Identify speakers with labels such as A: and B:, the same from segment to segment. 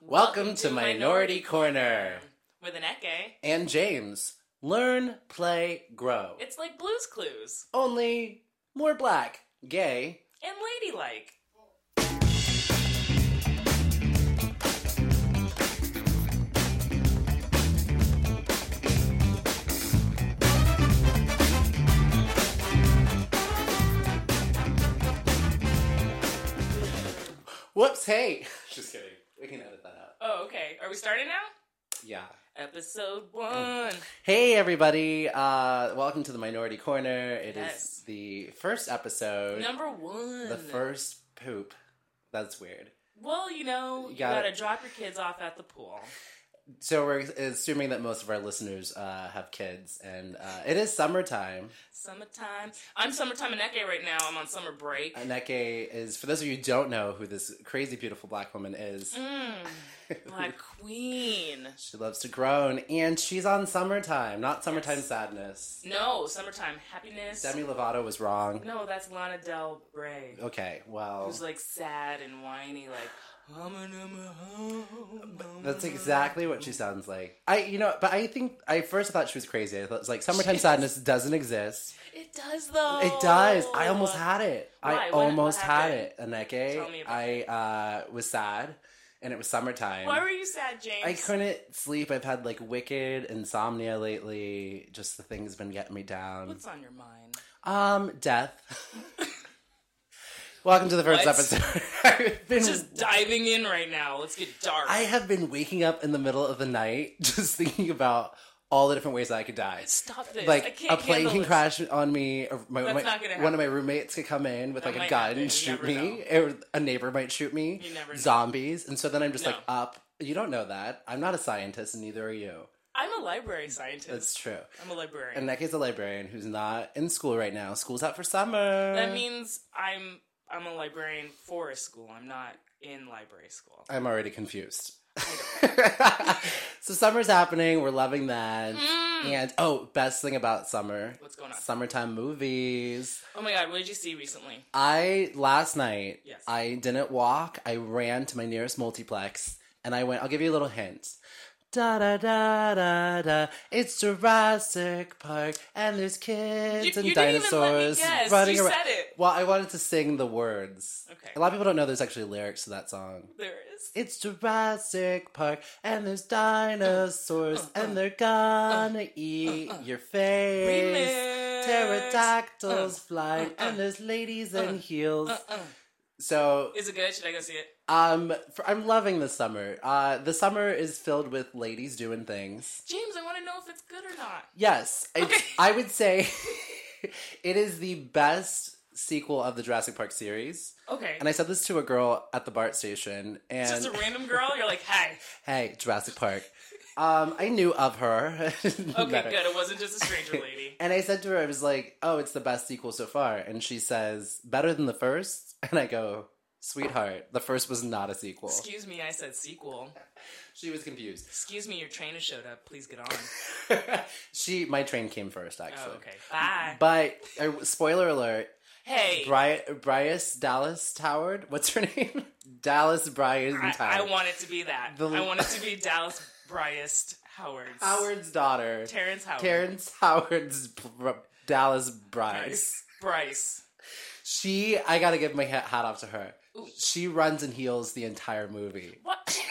A: Welcome to Minority Corner.
B: With an Eke.
A: And James, learn, play, grow.
B: It's like Blues Clues
A: Only more black, gay.
B: and Ladylike.
A: Whoops, hey. Just kidding. We can edit that out.
B: Oh, okay. Are we starting now?
A: Yeah.
B: Episode one.
A: Hey, everybody. Uh, welcome to the Minority Corner. It is
B: Yes.
A: the first episode,
B: Number one.
A: the first poop. That's weird.
B: Well, you know, you
A: Got
B: gotta
A: it.
B: drop your kids off at the pool.
A: So, we're assuming that most of our listeners uh, have kids, and uh, it is summertime.
B: Summertime. I'm summertime in Eke right now. I'm on summer break.
A: Aneke is, for those of you who don't know who this crazy, beautiful black woman is,
B: Mmm. Black Queen.
A: She loves to groan, and she's on summertime, not summertime
B: Yes.
A: sadness.
B: No, summertime happiness.
A: Demi Lovato was wrong.
B: no, that's Lana Del Rey.
A: Okay, well,
B: Who's like sad and whiny, like. "I'm a number home."
A: that's exactly what she sounds like. I, you know, but I think I first thought she was crazy. I thought it's like summertime
B: She is.
A: sadness doesn't exist.
B: It does though.
A: It does. I almost had it.
B: Why?
A: I
B: What- what
A: almost had
B: happened?
A: it, Aneke.
B: Tell me about
A: I uh, was sad, and it was summertime.
B: Why were you sad, James?
A: I couldn't sleep. I've had like wicked insomnia lately. Just the thing's been getting me down.
B: What's on your mind?
A: Um, death. Welcome to the first
B: What?
A: episode. I've been,
B: Just diving in right now. Let's get dark.
A: I have been waking up in the middle of the night just thinking about all the different ways I could die.
B: Stop this. I
A: Like
B: can't
A: a plane
B: handle
A: can
B: this.
A: crash on me. Or my,
B: That's
A: my-
B: not gonna
A: one of my roommates could come in with
B: That
A: like a
B: might
A: gun
B: happen. You
A: and shoot
B: never
A: me, or a neighbor might shoot me.
B: You never know.
A: Zombies, and so then I'm just
B: No.
A: like up. You don't know that. I'm not a scientist, and neither are you.
B: I'm a library scientist.
A: That's true.
B: I'm a librarian.
A: And Neke's a librarian who's not in school right now. School's out for summer.
B: that means I'm I'm a librarian for a school. I'm not in library school.
A: I'm already confused. so summer's happening. We're loving that.
B: Mm.
A: And oh, best thing about summer.
B: What's going on?
A: Summertime movies.
B: Oh my god, what did you see recently?
A: I last night
B: Yes.
A: I didn't walk. I ran to my nearest multiplex and I went, I'll give you a little hint. Da da da da da. It's Jurassic Park and there's kids
B: You-
A: and
B: you didn't even let me
A: dinosaurs
B: guess.
A: running
B: You
A: around.
B: said it.
A: Well, I wanted to sing the words.
B: Okay.
A: A lot of people don't know there's actually lyrics to that song.
B: There is.
A: It's Jurassic Park, and there's dinosaurs,
B: uh,
A: and they're gonna eat your face.
B: Remix.
A: Pterodactyls
B: Uh,
A: flying,
B: uh,
A: and there's ladies in heels.
B: Uh-uh.
A: So,
B: Is it good? Should I go see it?
A: um, for, I'm loving the summer. Uh, the summer is filled with ladies doing things.
B: James, I want to know if it's good or not.
A: Yes, it's,
B: Okay.
A: I would say it is the best sequel of the Jurassic Park series.
B: Okay.
A: And I said this to a girl at the BART station, and
B: Just a random girl. You're like, hi.
A: Hey, Jurassic Park. Um, I knew of her.
B: Okay,
A: Met her.
B: good. It wasn't just a stranger lady.
A: And I said to her, I was like, "Oh, it's the best sequel so far." And she says, "Better than the first? And I go, "Sweetheart, the first was not a sequel."
B: Excuse me, I said sequel.
A: She was confused.
B: Excuse me, your train has showed up. Please get on.
A: she, my train came first,
B: Oh,
A: actually.
B: okay. Bye.
A: But uh, spoiler alert:
B: hey,
A: Bri- Bryce Dallas Howard. What's her name? Dallas Bryce
B: I,
A: Howard.
B: I want it to be that.
A: The-
B: I want it to be Dallas Bryce Howard's.
A: Howard's daughter,
B: Terrence Howard.
A: Terrence Howard's br- Dallas Bryce.
B: Bryce. Bryce.
A: She, I gotta give my hat, hat off to her.
B: Ooh.
A: She runs in heels the entire movie.
B: What?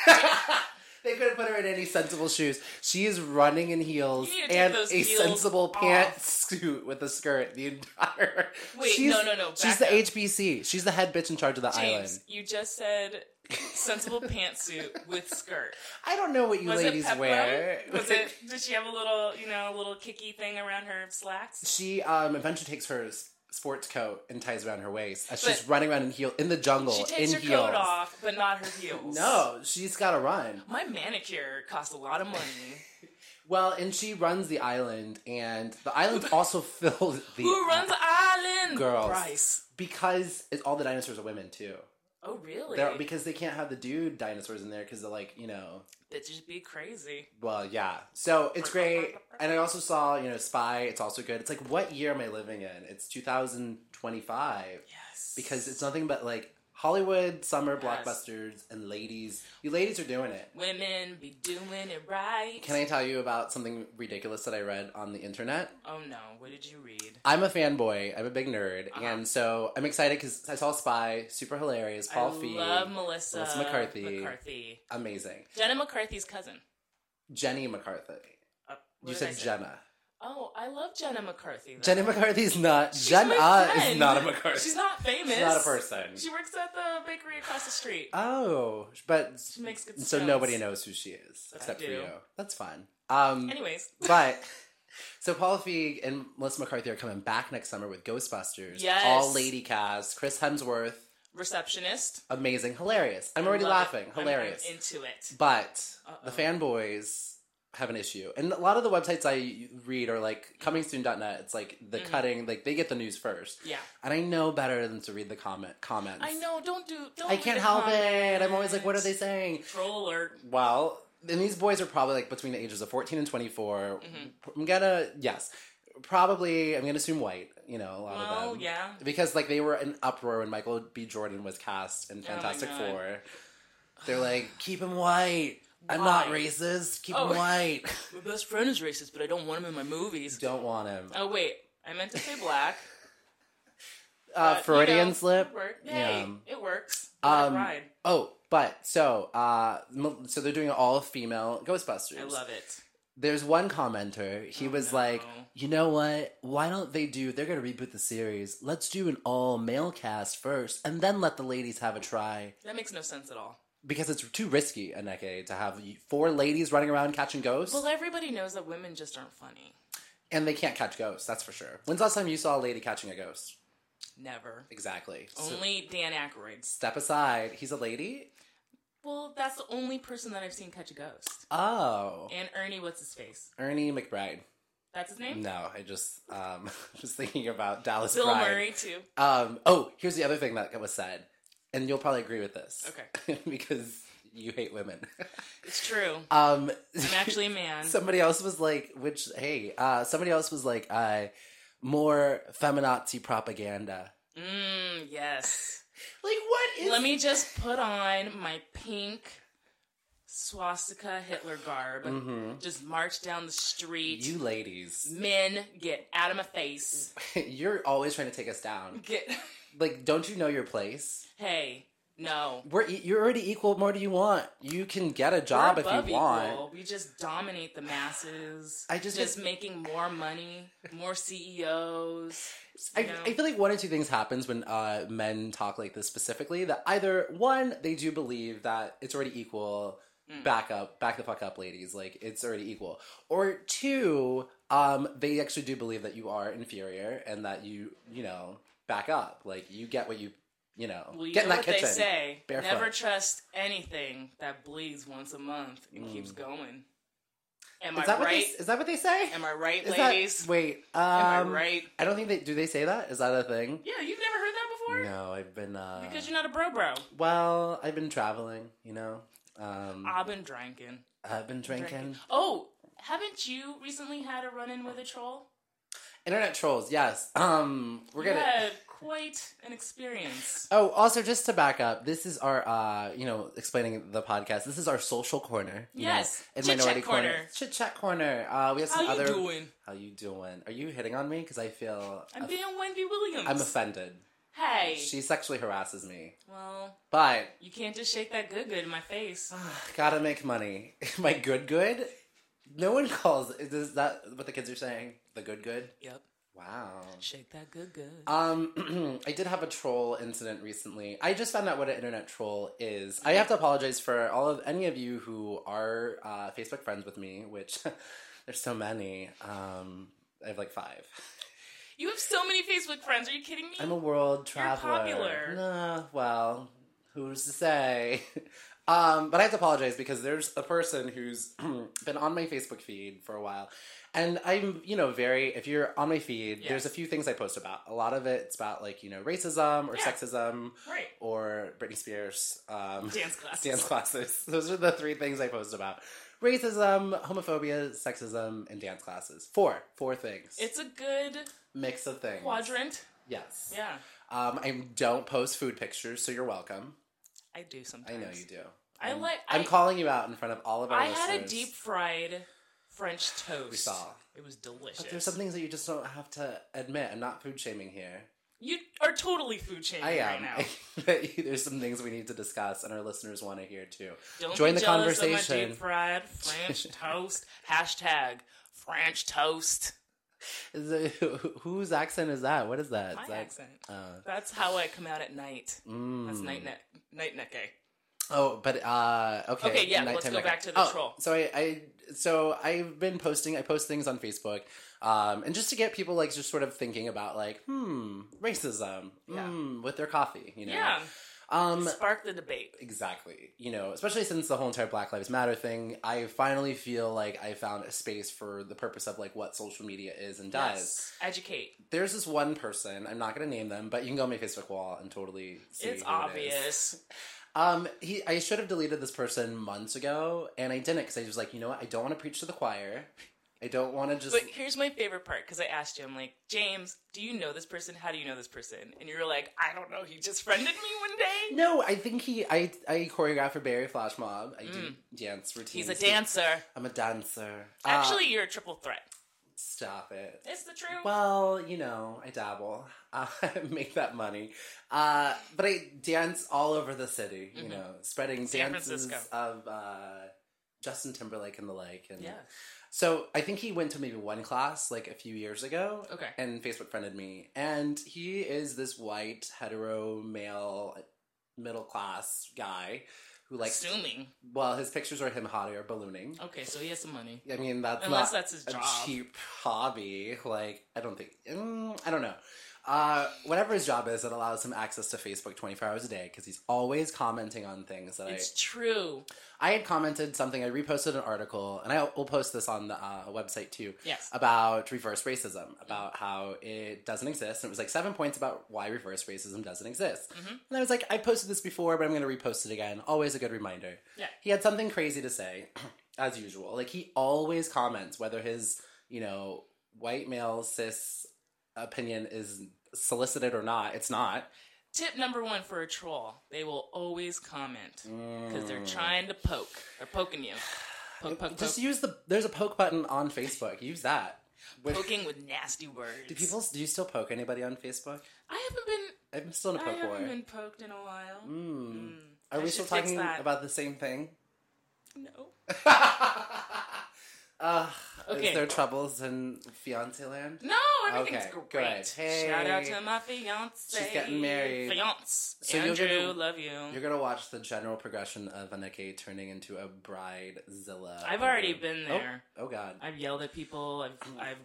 A: they couldn't put her in any sensible shoes. She is running in heels
B: You need to take
A: and a
B: those heels
A: sensible
B: off.
A: pantsuit with a skirt the entire.
B: Wait,
A: she's,
B: no, no, no,
A: She's
B: back
A: the
B: up.
A: HBC. She's the head bitch in charge of the
B: James,
A: island.
B: you just said sensible pantsuit with skirt.
A: I don't know what you
B: Was
A: ladies
B: it peplum?
A: wear.
B: Was it? Did she have a little, you know, a little kicky thing around her slacks?
A: She um, eventually takes her s- sports coat and ties around her waist as she's
B: But-
A: running around in heel in the jungle
B: She takes
A: in
B: her
A: heels.
B: coat off, but not her heels.
A: No, she's gotta run.
B: My manicure costs a lot of money.
A: Well, and she runs the island, and the island's also filled the
B: Who runs the island?
A: Girls.
B: Bryce.
A: because it's, all the dinosaurs are women too.
B: Oh, really?
A: They're, because they can't have the dude dinosaurs in there because they're like you know.
B: That just be crazy.
A: Well, yeah. So it's great, and I also saw you know Spy. It's also good. It's like what year am I living in? It's 2025
B: Yes.
A: because it's nothing but like Hollywood summer
B: Yes.
A: blockbusters and ladies. You ladies are doing it.
B: Women be doing it right.
A: Can I tell you about something ridiculous that I read on the internet?
B: Oh no, what did you read?
A: I'm a fanboy. I'm a big nerd,
B: Uh-huh.
A: and so I'm excited because I saw Spy, super hilarious. Paul
B: I
A: Feig,
B: love Melissa,
A: Melissa McCarthy.
B: McCarthy.
A: amazing.
B: Jenna McCarthy's cousin.
A: Jenny McCarthy.
B: Uh, what
A: you
B: did I
A: said
B: say?
A: Jenna.
B: Oh, I love Jenna McCarthy. Though.
A: Jenny McCarthy's not.
B: She's
A: Jenna uh,
B: my
A: is
B: friend.
A: not a McCarthy.
B: She's not famous.
A: She's not a person.
B: She works at the bakery across the street.
A: Oh, but
B: She makes good
A: so
B: scones.
A: nobody knows who she is
B: I
A: except for
B: do.
A: you. That's fine. Um,
B: Anyways,
A: but so Paul Feig and Melissa McCarthy are coming back next summer with Ghostbusters.
B: Yes.
A: all lady cast. Chris Hemsworth,
B: receptionist.
A: amazing, hilarious. I'm
B: I
A: already
B: love
A: laughing,
B: it. I'm-
A: hilarious.
B: I'm into it.
A: But
B: Uh-oh.
A: the fanboys have an issue, and a lot of the websites I read are like
B: Mm-hmm.
A: comingsoon.net. It's like the
B: Mhm.
A: cutting, like they get the news first,
B: Yeah,
A: and I know better than to read the comment comments.
B: I know. Don't do. Don't.
A: I
B: read
A: can't
B: the
A: help it. I'm always like, what are
B: comments.
A: they saying?
B: Troll alert.
A: Well, and these boys are probably like between the ages of 14 and 24.
B: Mhm.
A: I'm gonna, yes, probably, I'm gonna assume white, you know, a lot of
B: Well,
A: them.
B: yeah.
A: Because like they were in uproar when Michael B. Jordan was cast in
B: Oh my
A: Fantastic
B: God.
A: Four. They're like, keep him white. I'm not
B: Why?
A: racist. Keep
B: Oh.
A: him white.
B: My best friend is racist, but I don't want him in my movies.
A: Don't want him.
B: Oh wait, I meant to say black.
A: Uh,
B: but, you
A: Freudian
B: know,
A: slip.
B: It worked. Hey, it works. Black
A: Um,
B: Ride.
A: Oh, but so, uh, m- so they're doing all female Ghostbusters.
B: I love it.
A: There's one commenter. He
B: Oh,
A: was
B: no.
A: like, you know what? Why don't they do? They're gonna reboot the series. Let's do an all male cast first, and then let the ladies have a try
B: That makes no sense at all.
A: because it's too risky, Aneke, to have four ladies running around catching ghosts,
B: Well, everybody knows that women just aren't funny.
A: and they can't catch ghosts. That's for sure. When's the last time you saw a lady catching a ghost?
B: Never.
A: Exactly. So
B: Only Dan Aykroyd.
A: step aside. He's a lady.
B: Well, that's the only person that I've seen catch a ghost.
A: Oh,
B: And Ernie, what's his face?
A: Ernie McBride.
B: That's his name.
A: No, I just um just thinking about Dallas.
B: Bill
A: Bride.
B: Murray too.
A: Um, oh, here's the other thing that was said, and you'll probably agree with this.
B: Okay.
A: because you hate women.
B: It's true.
A: Um,
B: I'm actually a man.
A: somebody else was like, which, hey, uh, somebody else was like, uh, more feminazi propaganda.
B: Mmm. Yes.
A: Like, what is.
B: Let me just put on my pink swastika Hitler garb.
A: Mhm.
B: Just march down the street.
A: You ladies,
B: Men, get out of my face.
A: you're always trying to take us down.
B: Get.
A: Like, don't you know your place?
B: Hey, no.
A: We're e- you're already equal. What More do you want? You can get a job
B: We're
A: if
B: above
A: you want.
B: equal. We just dominate the masses.
A: I just
B: just
A: get-
B: making more money, more CEOs.
A: I,
B: you know?
A: I feel like one or two things happens when uh, men talk like this specifically that either one they do believe that it's already equal
B: Mm.
A: back up back the fuck up ladies like it's already equal or two um, they actually do believe that you are inferior and that you you know back up like you get what you you know
B: Well, you
A: get
B: know
A: in that
B: what
A: kitchen
B: they say.
A: Barefoot.
B: Never trust anything that bleeds once a month and keeps going. Am
A: Mm. is
B: I
A: that what
B: right?
A: they, is that what they say
B: Am I right,
A: Is that-
B: ladies?
A: wait um,
B: Am I right?
A: I don't think they do they say that is that a thing
B: Yeah, you've never heard that before?
A: no I've been uh,
B: Because you're not a bro bro.
A: well I've been traveling you know um,
B: I've been drinking.
A: I've been drinking.
B: Drinking. Oh, haven't you recently had a run in with a troll?
A: Internet trolls, yes. Um, we're gonna.
B: You had quite an experience.
A: Oh, also just to back up, this is our, uh, you know, explaining the podcast. This is our social corner. you know,
B: Yes,
A: and
B: chit-chat
A: minority corner,
B: corner.
A: chit chat corner. Uh, we have
B: How
A: some
B: you
A: other.
B: doing?
A: How you doing? Are you hitting on me? Because I feel
B: I'm being Wendy Williams.
A: I'm offended.
B: hey.
A: She sexually harasses me,
B: well,
A: but
B: you can't just shake that good good in my face.
A: ah, gotta make money. My good good. No one calls. Is that what the kids are saying? The good good.
B: Yep.
A: Wow.
B: Shake that good good.
A: Um, I did have a troll incident recently. I just found out what an internet troll is. I have to apologize for all of any of you who are uh, Facebook friends with me, which there's so many. Um, I have like five.
B: you have so many Facebook friends. Are you kidding me?
A: I'm a world traveler.
B: popular.
A: Nah, well, who's to say? Um, but I have to apologize because there's a person who's been on my Facebook feed for a while. And I'm, you know, very, if you're on my feed, there's
B: Yes.
A: a few things I post about. A lot of it's about, like, you know, racism or
B: Yeah.
A: sexism
B: right.
A: or Britney Spears. Um,
B: Dance class.
A: dance classes. Those are the three things I post about racism, homophobia, sexism, and dance classes. Four. Four things.
B: It's a good
A: Mix of things.
B: quadrant.
A: Yes.
B: Yeah.
A: Um, I don't post food pictures, so you're welcome.
B: I do sometimes.
A: I know you do.
B: I
A: I'm-
B: like-
A: I'm
B: I-
A: calling you out in front of all of our
B: I
A: listeners.
B: had a deep fried French toast.
A: We saw.
B: It was delicious.
A: But there's some things that you just don't have to admit. I'm not food shaming here.
B: You are totally food shaming
A: I
B: right
A: am.
B: now.
A: But there's some things we need to discuss, and our listeners want to hear too.
B: Don't
A: Join
B: be
A: the
B: jealous of my
A: conversation.
B: deep fried French toast. Hashtag French toast.
A: Is it- wh- whose accent is that? What is that?
B: My
A: Is that-
B: accent.
A: Uh,
B: That's how I come out at night.
A: mm.
B: That's night neck. Night neck.
A: Oh, but uh, okay.
B: Okay, yeah, let's
A: nighttime
B: go
A: record.
B: back to the
A: Oh,
B: troll.
A: So I, I, so I've been posting. I post things on Facebook, um, and just to get people like just sort of thinking about like, hmm, racism,
B: Yeah.
A: hmm, with their coffee, you know.
B: Yeah.
A: Um,
B: Spark the debate.
A: Exactly. You know, especially since the whole entire Black Lives Matter thing, I finally feel like I found a space for the purpose of like what social media is and does.
B: Yes. Educate.
A: There's this one person, I'm not going to name them, but you can go on my Facebook wall and totally see.
B: it's
A: who it is.
B: obvious.
A: Um, he, I should have deleted this person months ago, and I didn't because I was like, you know what? I don't want to preach to the choir. I don't want to just.
B: But here's my favorite part because I asked you, I'm like, James, do you know this person? How do you know this person? And you were like, I don't know. He just friended me one day.
A: no, I think he. I I choreographed for Barry Flash Mob. I do dance routines.
B: Mm. He's a dancer.
A: I'm a dancer. Uh,
B: Actually, you're a triple threat.
A: stop it.
B: It's the truth.
A: Well, you know, I dabble, uh, make that money, uh, but I dance all over the city. You
B: Mhm.
A: know, spreading
B: San
A: dances
B: Francisco.
A: of uh, Justin Timberlake and the like. And
B: yeah.
A: so I think he went to maybe one class like a few years ago,
B: Okay.
A: and Facebook friended me. And he is this white hetero male middle class guy who
B: Like,
A: likes.
B: Assuming.
A: Well, his pictures are him hot air ballooning.
B: Okay, so he has some money.
A: I mean, that's
B: Unless
A: not
B: that's his
A: a
B: job.
A: cheap hobby. Like, I don't think, mm, I don't know. Uh, whatever his job is, it allows him access to Facebook 24 hours a day because he's always commenting on things that
B: It's true.
A: I. I had commented something, I reposted an article, and I will post this on the uh, website too,
B: Yes.
A: about reverse
B: Mm.
A: racism, about how it doesn't exist. And it was like seven points about why reverse racism doesn't exist.
B: Mhm.
A: And I was like, I posted this before, but I'm going to repost it again. Always a good reminder.
B: Yeah.
A: He had something crazy to say, as usual. Like, he always comments whether his, you know, white male cis opinion is solicited or not. It's not.
B: Tip number one for a troll they will always comment because
A: Because
B: they're trying to poke. They're poking you. Poke, poke, poke.
A: Just use the, there's a poke button on Facebook. Use that. With-
B: Poking with nasty words.
A: do people, do you still poke anybody on Facebook?
B: I haven't been.
A: I'm still in a
B: I
A: poke war.
B: haven't been poked in a while.
A: Mm.
B: Mm.
A: Are
B: I
A: we still
B: should fix
A: talking
B: that.
A: about the same thing?
B: No.
A: uh, Is
B: Okay. Mm-hmm.
A: there troubles in fiance land?
B: No, everything's
A: Okay,
B: great.
A: good. Hey.
B: Shout out to my fiance.
A: She's getting married.
B: Fiance.
A: So you'll
B: Andrew,
A: get to-
B: love you.
A: You're gonna watch the general progression of Aneke turning into a bridezilla.
B: I've already
A: over-
B: been there.
A: Oh, oh God.
B: I've yelled at people. I've I've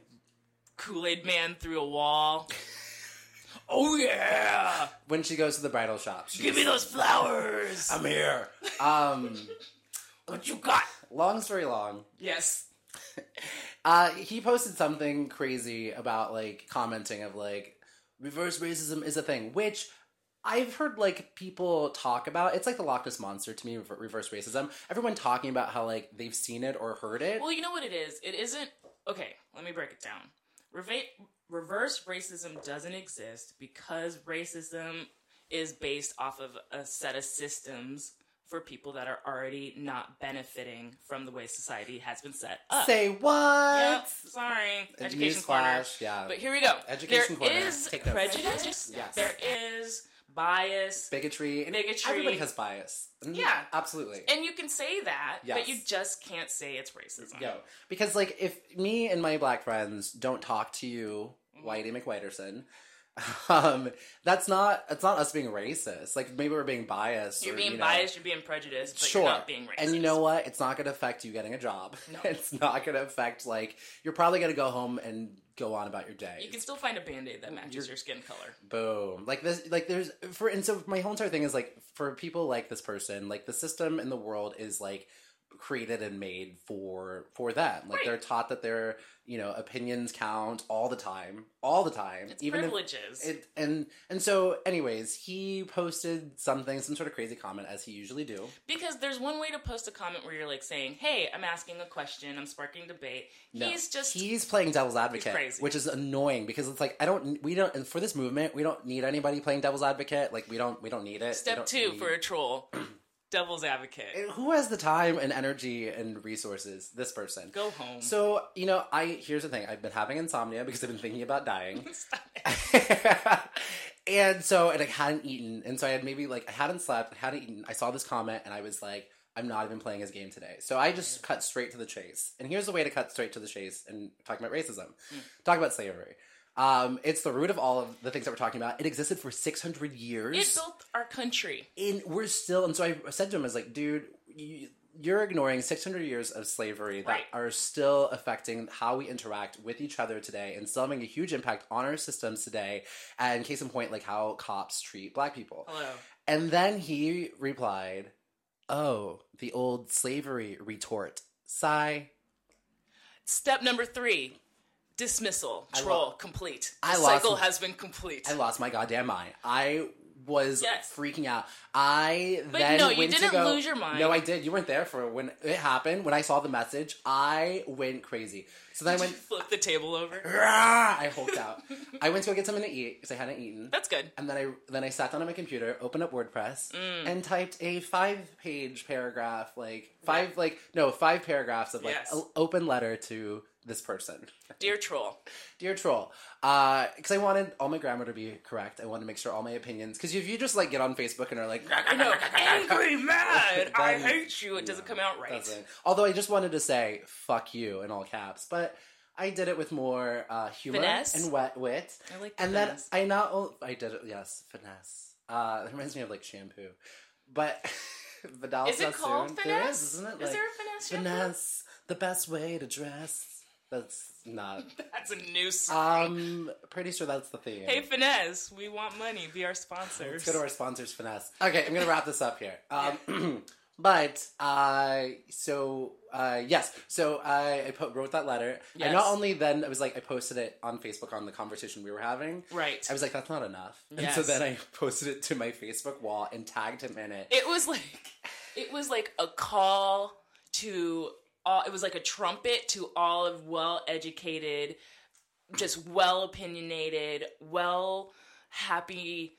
B: Kool Aid Man through a wall. oh yeah!
A: When she goes to the bridal shop, she
B: Give me those flowers.
A: I'm here. Um,
B: what you got?
A: long story long.
B: Yes.
A: Uh, he posted something crazy about like commenting of like reverse racism is a thing, which I've heard like people talk about. It's like the Loch Ness monster to me. rever- Reverse racism. Everyone talking about how like they've seen it or heard it.
B: Well, you know what it is. It isn't. Okay, let me break it down. Reva- reverse racism doesn't exist because racism is based off of a set of systems for people that are already not benefiting from the way society has been set up.
A: Say what?
B: Yep, sorry,
A: A
B: uh, education
A: newsclash,
B: corner.
A: Yeah.
B: But here we go.
A: Education
B: There
A: corner.
B: is
A: Take notes.
B: prejudice.
A: Yes.
B: There is bias,
A: bigotry. and
B: bigotry.
A: Everybody has bias. Mm,
B: Yeah.
A: Absolutely.
B: and you can say that,
A: Yes.
B: but you just can't say it's racism.
A: Yo, because like if me and my black friends don't talk to you,
B: Mm-hmm.
A: Whitey McWhiterson, um, that's not it's not us being racist. Like maybe we're being biased.
B: You're
A: or,
B: being
A: you know-
B: biased, you're being prejudiced, but
A: Sure.
B: you're not being racist.
A: And you know what? It's not going to affect you getting a job.
B: No.
A: it's not going to affect like you're probably going to go home and go on about your day.
B: You can still find a band aid that matches
A: You're-
B: your skin color.
A: Boom. Like this like there's for and so my whole entire thing is like for people like this person, like the system in the world is like created and made for for them. Like
B: Right.
A: they're taught that their you know opinions count all the time, all the time.
B: It's
A: if-
B: privileges.
A: it, and and so anyways, he posted something, some sort of crazy comment as he usually do.
B: because there's one way to post a comment where you're like saying, "Hey, I'm asking a question. I'm sparking debate."
A: No.
B: He's just
A: He's playing devil's advocate,
B: crazy.
A: which is annoying because it's like I don't, we don't, and for this movement, we don't need anybody playing devil's advocate. Like we don't, we don't need it. We
B: step
A: don't
B: two
A: need-
B: for a troll, devil's advocate.
A: And who has the time and energy and resources? This person.
B: Go home.
A: So you know, I here's the thing. I've been having insomnia because I've been thinking about dying.
B: Stop it.
A: and so and I hadn't eaten, and so I had maybe like I hadn't slept, I hadn't eaten. I saw this comment, and I was like, I'm not even playing his game today. So I just cut straight to the chase. And here's the way to cut straight to the chase and talking about racism,
B: Mm.
A: talk about slavery. Um, it's the root of all of the things that we're talking about. It existed for 600 years
B: It built our country.
A: and we're still and so i said to him i was like dude you, you're ignoring 600 years of slavery that
B: Right.
A: are still affecting how we interact with each other today and still having a huge impact on our systems today and case in point like how cops treat black people
B: Hello.
A: and then he replied oh the old slavery retort sigh
B: Step number three dismissal.
A: I
B: Troll
A: lo-
B: complete. The
A: I lost
B: cycle
A: my-
B: has been complete.
A: i lost my goddamn mind i was
B: Yes.
A: freaking out i
B: But
A: then
B: no, you
A: went to
B: didn't
A: go-
B: lose your mind.
A: No, I did. You weren't there for when it happened. When I saw the message, I went crazy. So then I went,
B: Flip the table over.
A: "Rah!" I hulked out. I went to go get something to eat because I hadn't eaten.
B: That's good.
A: And then I then I sat down on my computer, opened up WordPress,
B: Mm.
A: and typed a five page paragraph, like five like no five paragraphs of like
B: Yes.
A: a- open letter to this person.
B: Dear troll.
A: Dear troll, because I wanted all my grammar to be correct. I wanted to make sure all my opinions. Because if you just like get on Facebook and are like,
B: I know. Angry, mad. I
A: Then-
B: hate you. It doesn't come out right.
A: doesn't. Although I just wanted to say "fuck you" in all caps, but I did it with more uh, humor
B: Finesse?
A: and wet wit.
B: I like the
A: And then
B: finesse.
A: I not only I did it, yes, finesse. Uh, it reminds me of like shampoo, but Vidal
B: Is it
A: Sassoon-
B: called
A: There
B: finesse?
A: is, isn't it?
B: Is
A: Like,
B: there a finesse? shampoo?
A: finesse, the best way to dress. That's not.
B: That's a new song.
A: Um, pretty sure that's the theme.
B: hey, finesse. We want money. Be our
A: Let's
B: sponsors.
A: go to our sponsors, Finesse. Okay, I'm gonna wrap this up here. Um, but uh, so uh, yes, so uh, I, I po- wrote that letter.
B: Yes.
A: And not only then, I was like, I posted it on Facebook on the conversation we were having.
B: right.
A: I was like, that's not enough. And
B: Yes.
A: so then I posted it to my Facebook wall and tagged him in it.
B: It was like it was like a call to all it was like a trumpet to all of well educated, just well opinionated, well happy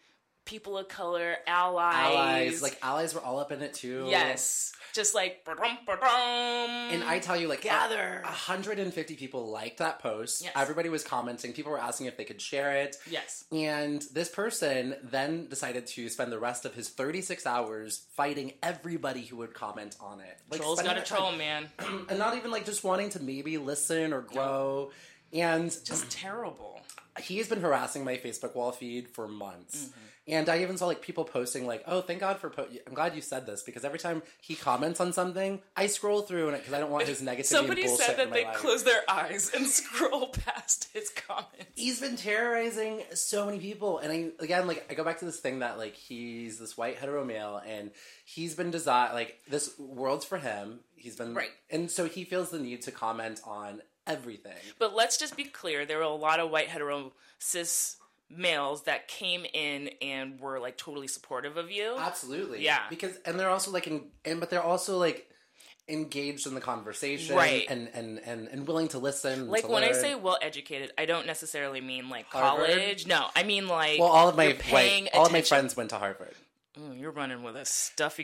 B: people of color, allies.
A: allies, like allies, were all up in it too.
B: Yes. Just like ba-dum, ba-dum.
A: And I tell you, like,
B: Gather.
A: 150 people liked that post.
B: Yes.
A: Everybody was commenting. People were asking if they could share it.
B: Yes.
A: And this person then decided to spend the rest of his 36 hours fighting everybody who would comment on it. Like,
B: Trolls
A: spending
B: gotta
A: their
B: troll,
A: time-
B: man.
A: And not even like just wanting to maybe listen or grow. And
B: Just terrible.
A: he has been harassing my Facebook wall feed for months.
B: Mm-hmm.
A: And I even saw like people posting like, "Oh, thank God for po- I'm glad you said this because every time he comments on something, I scroll through and because I don't want his negativity
B: Somebody
A: and bullshit
B: said
A: in
B: that
A: my
B: they
A: life.
B: close their eyes and scroll past his comments.
A: he's been terrorizing so many people and i again like i go back to this thing that like he's this white hetero male and he's been designed like this world's for him he's been
B: Right.
A: and so he feels the need to comment on everything
B: But let's just be clear: there were a lot of white hetero cis males that came in and were like totally supportive of you.
A: absolutely
B: Yeah.
A: because and they're also like in and but they're also like engaged in the conversation
B: Right.
A: and and and, and willing to listen
B: like
A: to
B: when I
A: learn.
B: say well educated, I don't necessarily mean like
A: Harvard?
B: college. No, I mean like
A: well all of my
B: you're paying
A: like, all of my
B: attention.
A: friends went to harvard
B: Ooh, you're running with a stuffy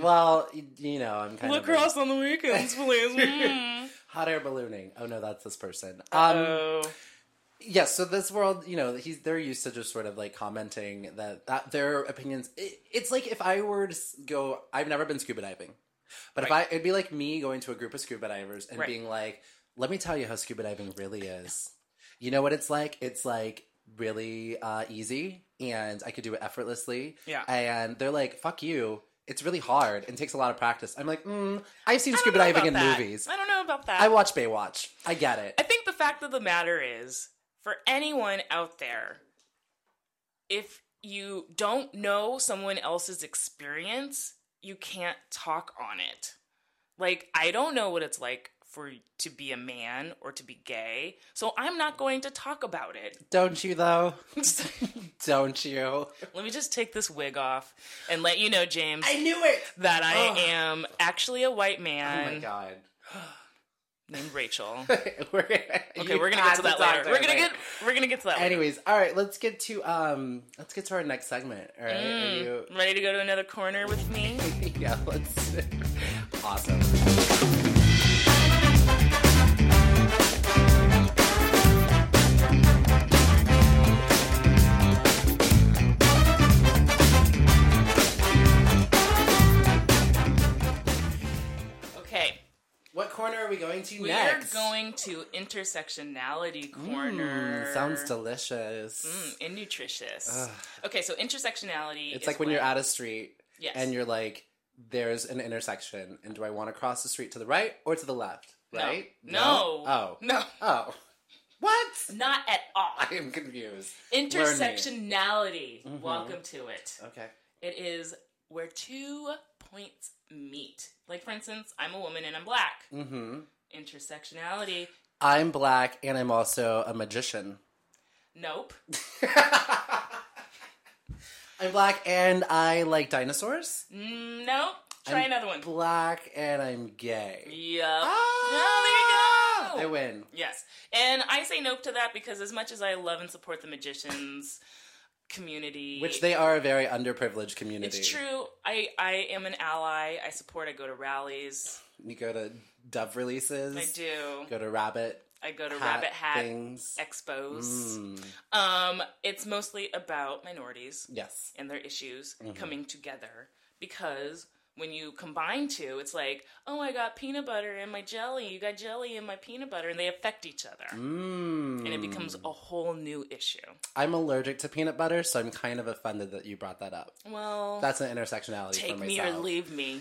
A: well y- you know i'm kind of a-
B: Lacrosse on the weekends, please. Mm.
A: hot air ballooning oh no that's this person um
B: oh,
A: Yes, so this world, you know, he's they're used to just sort of like commenting that, that their opinions. It, it's like if I were to s- go, I've never been scuba diving, but if I, it'd be like me going to a group of scuba divers and
B: Right.
A: being like, "Let me tell you how scuba diving really is. You know what it's like? It's like really uh, easy, and I could do it effortlessly.
B: Yeah.
A: and they're like, "Fuck you." It's really hard and takes a lot of practice. I'm like, mm, I've seen
B: I don't
A: scuba
B: know
A: diving
B: about
A: in
B: that.
A: movies.
B: I don't know about that.
A: I watch Baywatch. I get it.
B: I think the fact of the matter is, for anyone out there, if you don't know someone else's experience, you can't talk on it. Like I don't know what it's like for to be a man or to be gay. So I'm not going to talk about it.
A: Don't you though? Don't you?
B: Let me just take this wig off and let you know, James,
A: knew it.
B: that I
A: Ugh.
B: am actually a white
A: Oh my
B: man
A: god.
B: named Rachel.
A: we're gonna,
B: Okay, we're gonna get to that later. We're gonna get we're gonna get to that later.
A: Anyways, all right. Let's get to um. Let's get to our next segment. All right.
B: Mm.
A: Are you?
B: Ready to go to another corner with me?
A: yeah, let's. awesome.
B: Okay.
A: What corner are we going to
B: We
A: next?
B: are going to intersectionality corner.
A: Mm, sounds delicious.
B: Mm, and nutritious.
A: Ugh.
B: Okay, so intersectionality.
A: It's
B: is
A: like when
B: when
A: you're at a street
B: yes.
A: and you're like, there's an intersection, and do I want to cross the street to the right or to the left?
B: No.
A: Right?
B: No.
A: Oh.
B: no,
A: Oh. What?
B: not at all.
A: I am confused.
B: Intersectionality.
A: Mhm.
B: Welcome to it.
A: Okay.
B: It is where two points meet. Like for instance, I'm a woman and I'm black.
A: Mm-hmm.
B: Intersectionality.
A: I'm black and I'm also a magician.
B: Nope.
A: I'm black and I like dinosaurs.
B: Mm, Nope. Try
A: I'm
B: another one.
A: Black and I'm gay.
B: Yup.
A: Ah!
B: No, there you go.
A: I win.
B: Yes. And I say nope to that because as much as I love and support the magicians community
A: Which they are a very underprivileged community.
B: It's true. I I am an ally. I support. I go to rallies.
A: You go to Dove releases.
B: I do.
A: Go to Rabbit.
B: I go to
A: Hat
B: rabbit hat
A: things.
B: expos.
A: Mm,
B: Um, it's mostly about minorities
A: yes.
B: and their issues
A: Mhm.
B: coming together because when you combine two, it's like, oh, I got peanut butter in my jelly. You got jelly in my peanut butter, and they affect each other.
A: Mm.
B: And it becomes a whole new issue.
A: I'm allergic to peanut butter, so I'm kind of offended that you brought that up.
B: Well,
A: That's an intersectionality for
B: take me or
A: myself.
B: leave me.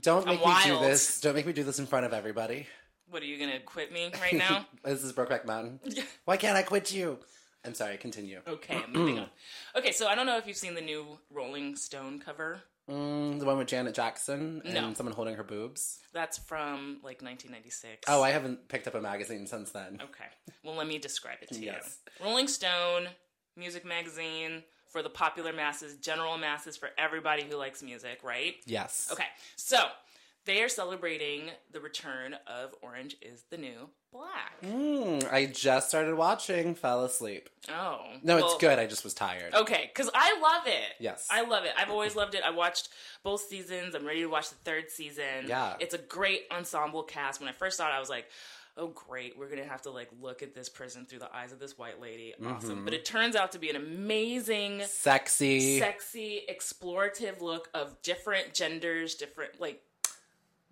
A: Don't
B: I'm
A: make me do
B: wild.
A: this. Don't make me do this in front of everybody.
B: What are you gonna quit me right now?
A: this is Brokeback Mountain. Why can't I quit you? I'm sorry. Continue.
B: Okay, I'm moving on. Okay, so I don't know if you've seen the new Rolling Stone cover.
A: Mm, the one with Janet Jackson and
B: No.
A: someone holding her boobs.
B: That's from like 1996.
A: Oh, I haven't picked up a magazine since then.
B: Okay. Well, let me describe it to
A: Yes.
B: you. Rolling Stone, music magazine for the popular masses, general masses, for everybody who likes music, right?
A: Yes.
B: Okay, so they are celebrating the return of Orange is the New Black.
A: Mm, I just started watching. Fell asleep.
B: Oh.
A: No,
B: well, Oh,
A: it's good. I just was tired.
B: Okay, because I love it.
A: Yes.
B: I love it. I've always loved it. I watched both seasons. I'm ready to watch the third season.
A: Yeah.
B: It's a great ensemble cast. When I first saw it, I was like, oh, great. We're going to have to like look at this prison through the eyes of this white lady. Awesome.
A: Mhm.
B: But it turns out to be an amazing,
A: Sexy.
B: sexy, explorative look of different genders, different, like,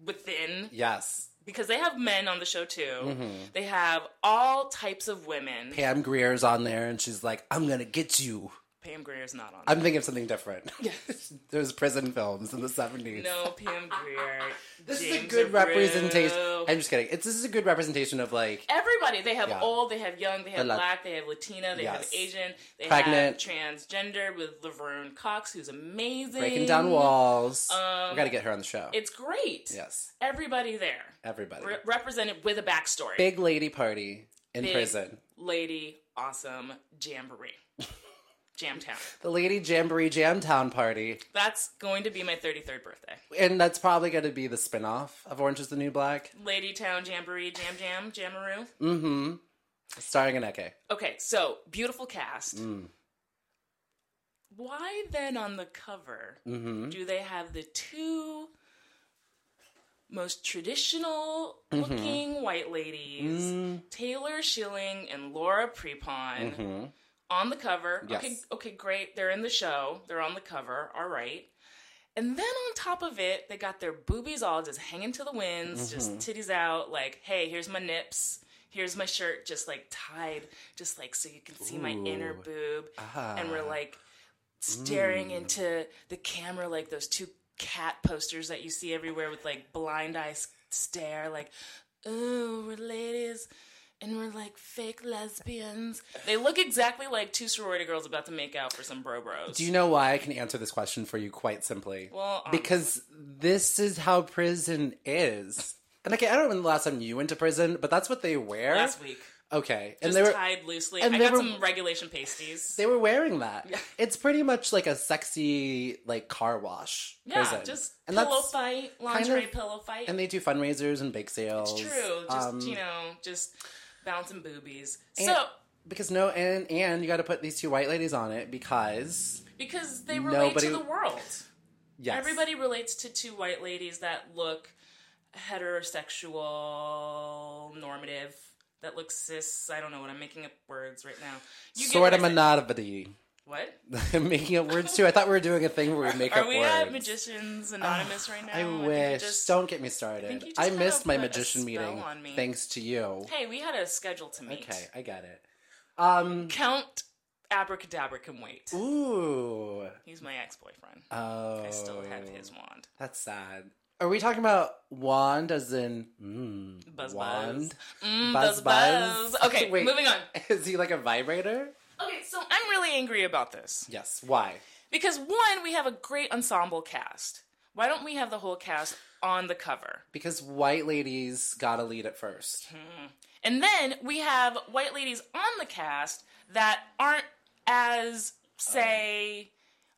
B: within.
A: yes.
B: Because they have men on the show too.
A: Mhm.
B: They have all types of women.
A: Pam Greer's on there, and she's like, "I'm gonna get you."
B: Pam Greer's not on.
A: I'm thinking of something different. There's prison films in the 70s.
B: No, Pam Greer.
A: This is a
B: James
A: good
B: Abreu.
A: representation. I'm just kidding. It's this is a good representation of like
B: Everybody. They have
A: Yeah.
B: old, they have young, they have
A: Lat-
B: black, they have Latina, they
A: Yes.
B: have Asian, they
A: Pregnant.
B: have transgender with Laverne Cox, who's amazing.
A: breaking down walls.
B: Um,
A: we gotta get her on the show.
B: It's great.
A: yes,
B: Everybody there.
A: everybody.
B: Re- represented with a backstory.
A: Big lady party in
B: Big.
A: prison.
B: Lady, awesome, jamboree. Jamtown.
A: The Lady Jamboree Jamtown party,
B: That's going to be my 33rd birthday.
A: and that's probably gonna be the spinoff of Orange Is the New Black.
B: Lady Town Jamboree, Jam Jam, Jamaroo.
A: Mm-hmm. Starring Aneke.
B: Okay, so beautiful cast.
A: Mm.
B: Why then on the cover
A: Mm-hmm.
B: do they have the two most traditional looking white ladies,
A: Mm-hmm. Mm.
B: Taylor Schilling and Laura Prepon,
A: Mm-hmm.
B: on the cover?
A: Yes.
B: Okay, okay, great. They're in the show. They're on the cover. All right. And then on top of it, they got their boobies all just hanging to the winds, just
A: Mm-hmm.
B: titties out, like, hey, here's my nips. Here's my shirt, just like tied, just like so you can see my inner
A: Ooh.
B: boob
A: Ah.
B: and we're like staring
A: Mm.
B: into the camera like those two cat posters that you see everywhere with like blind eye s- stare like ooh we're ladies and we're like fake lesbians. They look exactly like two sorority girls about to make out for some bro bros.
A: Do you know why I can answer this question for you quite simply?
B: Well, um,
A: because this is how prison is. And okay, I don't remember the last time you went to prison, but that's what they wear.
B: last week,
A: okay, and
B: just
A: they were
B: tied loosely.
A: and
B: I
A: they
B: got
A: were-
B: some regulation pasties.
A: they were wearing that.
B: Yeah.
A: It's pretty much like a sexy like car wash
B: yeah,
A: prison.
B: just
A: and
B: pillow
A: that's
B: fight, lingerie
A: of-
B: pillow fight.
A: and they do fundraisers and bake sales.
B: it's true. Just
A: Um,
B: you know, just bouncing boobies.
A: and-
B: So
A: because no, and and you got to put these two white ladies on it because
B: because they relate
A: Nobody-
B: to the world.
A: yes,
B: Everybody relates to two white ladies that look heterosexual, normative, that look cis. I don't know what I'm making up words right now. You get
A: sort of
B: what I'm saying.
A: monotony.
B: What?
A: making up words too. I thought we were doing a thing where we make
B: Are
A: up
B: we
A: words. Ah,
B: at Magicians Anonymous right now?
A: I
B: think you
A: wish.
B: just-
A: Don't get me
B: think
A: started.
B: you just
A: I,
B: kinda
A: missed my
B: put a
A: magician
B: spell
A: meeting
B: on me.
A: thanks to you.
B: Hey, we had a schedule to meet.
A: Okay, I got it. Um.
B: Count Abracadabra can wait.
A: Ooh.
B: He's my ex-boyfriend.
A: Oh.
B: I still have his wand.
A: That's sad. Are we talking about wand as in mm,
B: Buzz
A: wand?
B: buzz. Mm,
A: Buzz
B: buzz buzz.
A: buzz.
B: Okay,
A: Wait.
B: moving on.
A: Is he like a vibrator?
B: Okay, so I'm really angry about this.
A: Yes. Why?
B: Because one, we have a great ensemble cast. Why don't we have the whole cast on the cover?
A: Because white ladies gotta lead at first.
B: Hmm. And then we have white ladies on the cast that aren't as say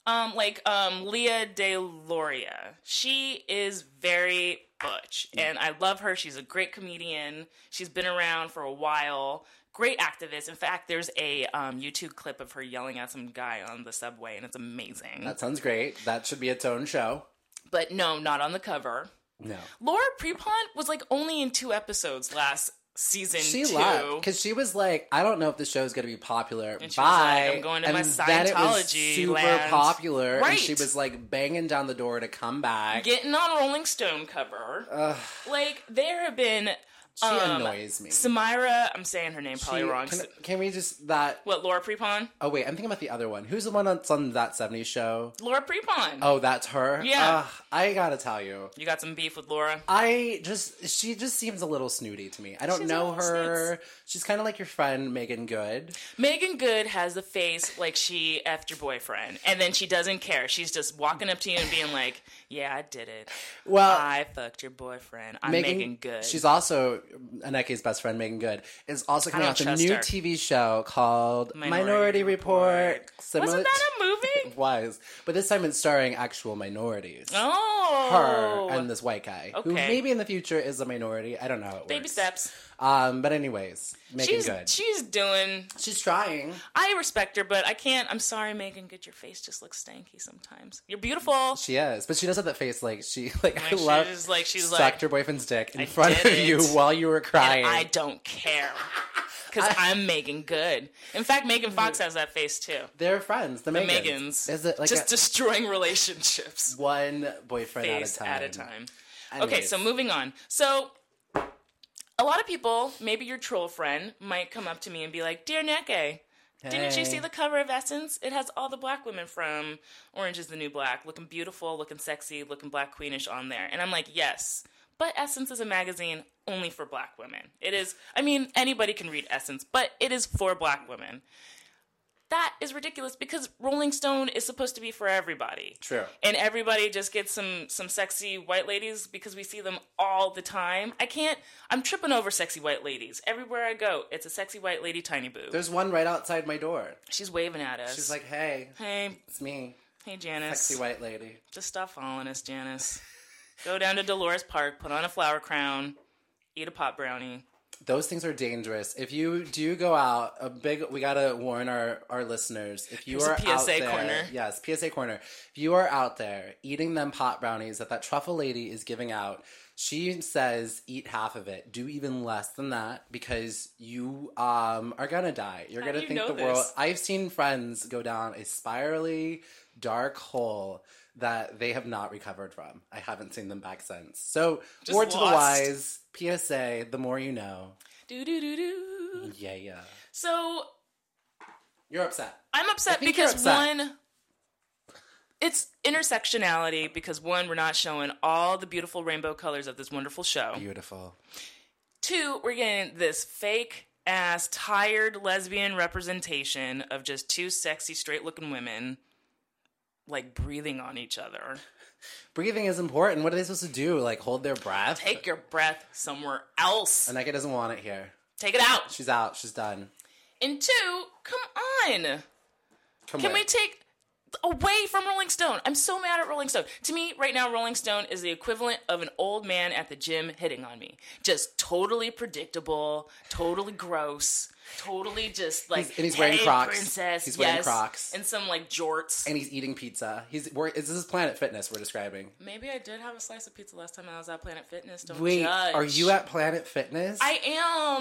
B: um like um Leah DeLoria. She is very butch and I love her. She's a great comedian. She's been around for a while. Great activist. In fact, there's a um, YouTube clip of her yelling at some guy on the subway, and it's amazing.
A: That sounds great. That should be its own show.
B: but no, not on the cover.
A: No.
B: Laura Prepont was like only in two episodes last season.
A: She
B: two.
A: left because she was like, "I don't know if the show's going to be popular."
B: And she was
A: Bye.
B: like, "I'm going to
A: and
B: my
A: then it was
B: Scientology
A: super
B: land.
A: popular, and
B: Right.
A: she was like banging down the door to come back.
B: getting on Rolling Stone cover.
A: Ugh,
B: Like there have been
A: she
B: um,
A: annoys me.
B: Samira. I'm saying her name probably
A: She-
B: wrong.
A: Can,
B: S-
A: can we just that?
B: what Laura Prepon?
A: Oh wait, I'm thinking about the other one. Who's the one that's on that '70s show?
B: Laura Prepon.
A: Oh, that's her.
B: Yeah.
A: Ugh, I gotta tell you,
B: You got some beef with Laura?
A: I just she just seems a little snooty to me. I don't
B: She's a
A: know
B: little
A: her. She's kind of like your friend Megan Good.
B: Megan Good has the face like she effed your boyfriend, and then she doesn't care. She's just walking up to you and being like, "Yeah, I did it.
A: Well,
B: I fucked your boyfriend. I'm Megan,
A: Uh, Megan,
B: Good."
A: She's also Aneke's best friend, Megan Good, is also coming
B: don't
A: off a
B: trust
A: new
B: her.
A: TV show called Minority,
B: Minority
A: Report.
B: Report.
A: Similar
B: Wasn't that a movie?
A: it was, but this time it's starring actual minorities.
B: Oh,
A: Her and this white guy, who
B: Okay.
A: maybe in the future is a minority. I don't know. How it
B: baby
A: works.
B: steps.
A: Um, but anyways, Megan
B: She's
A: Good.
B: she's doing.
A: She's trying.
B: I respect her, but I can't. I'm sorry, Megan. Good, your face just looks stanky sometimes. You're beautiful.
A: She is, but she does have that face like she like I
B: Like, she
A: love.
B: just like- she's
A: sucked
B: like,
A: her boyfriend's dick in
B: "I
A: front
B: did
A: of
B: it."
A: you while you were crying.
B: and I don't care because I'm Megan Good. In fact, Megan Fox has that face too.
A: They're friends. The,
B: The
A: Megans.
B: Megans
A: Is it like
B: just
A: a-
B: destroying relationships
A: one boyfriend
B: face
A: at a time.
B: Okay,
A: Anyways.
B: so moving on. So. A lot of people, maybe your troll friend, might come up to me and be like, "Dear Neke, Didn't you see
A: Hey.
B: the cover of Essence? It has all the black women from Orange is the New Black looking beautiful, looking sexy, looking black queenish on there. And I'm like, yes. But Essence is a magazine only for black women. It is, I mean, anybody can read Essence, but it is for black women. That is ridiculous because Rolling Stone is supposed to be for everybody.
A: True.
B: And everybody just gets some some sexy white ladies because we see them all the time. I can't. I'm tripping over sexy white ladies everywhere I go. It's a sexy white lady tiny boo.
A: There's one right outside my door.
B: She's waving at us.
A: She's like, "Hey,
B: "Hey,
A: it's me,
B: hey, Janice,
A: sexy white lady."
B: just stop following us, Janice. Go down to Dolores Park, put on a flower crown, eat a pot brownie.
A: Those things are dangerous. If you do go out, a big we gotta warn our our listeners. If you
B: Here's a
A: are out
B: PSA
A: there,
B: corner.
A: yes, PSA corner. If you are out there eating them pot brownies that that truffle lady is giving out, she says eat half of it. Do even less than that because you um are gonna die. You're
B: How do
A: gonna
B: you
A: think
B: know
A: the
B: this?
A: world. I've seen friends go down a spirally dark hole that they have not recovered from. I haven't seen them back since. So,
B: Just
A: word to the
B: lost.
A: wise, PSA, the more you know.
B: Do do do do.
A: Yeah, yeah.
B: So
A: You're upset.
B: I'm upset
A: think you're
B: because
A: upset.
B: one, it's intersectionality because one, we're not showing all the beautiful rainbow colors of this wonderful show.
A: Beautiful.
B: Two, we're getting this fake as tired lesbian representation of just two sexy straight looking women like breathing on each other.
A: Breathing is important. What are they supposed to do? Like hold their breath?
B: Take your breath somewhere else.
A: Aneka doesn't want it here.
B: Take it out.
A: She's out. She's done.
B: And two, come on.
A: Come
B: Can
A: with.
B: we take away from Rolling Stone? I'm so mad at Rolling Stone. To me, right now, Rolling Stone is the equivalent of an old man at the gym hitting on me. Just totally predictable, totally gross, totally just like.
A: and he's wearing
B: "Hey,
A: Crocs.
B: Princess,
A: He's wearing
B: yes,"
A: Crocs.
B: and some like jorts.
A: and he's eating pizza. He's we're, this is Planet Fitness we're describing.
B: Maybe I did have a slice of pizza last time I was at Planet Fitness. Don't
A: Wait,
B: judge.
A: are you at Planet Fitness?
B: I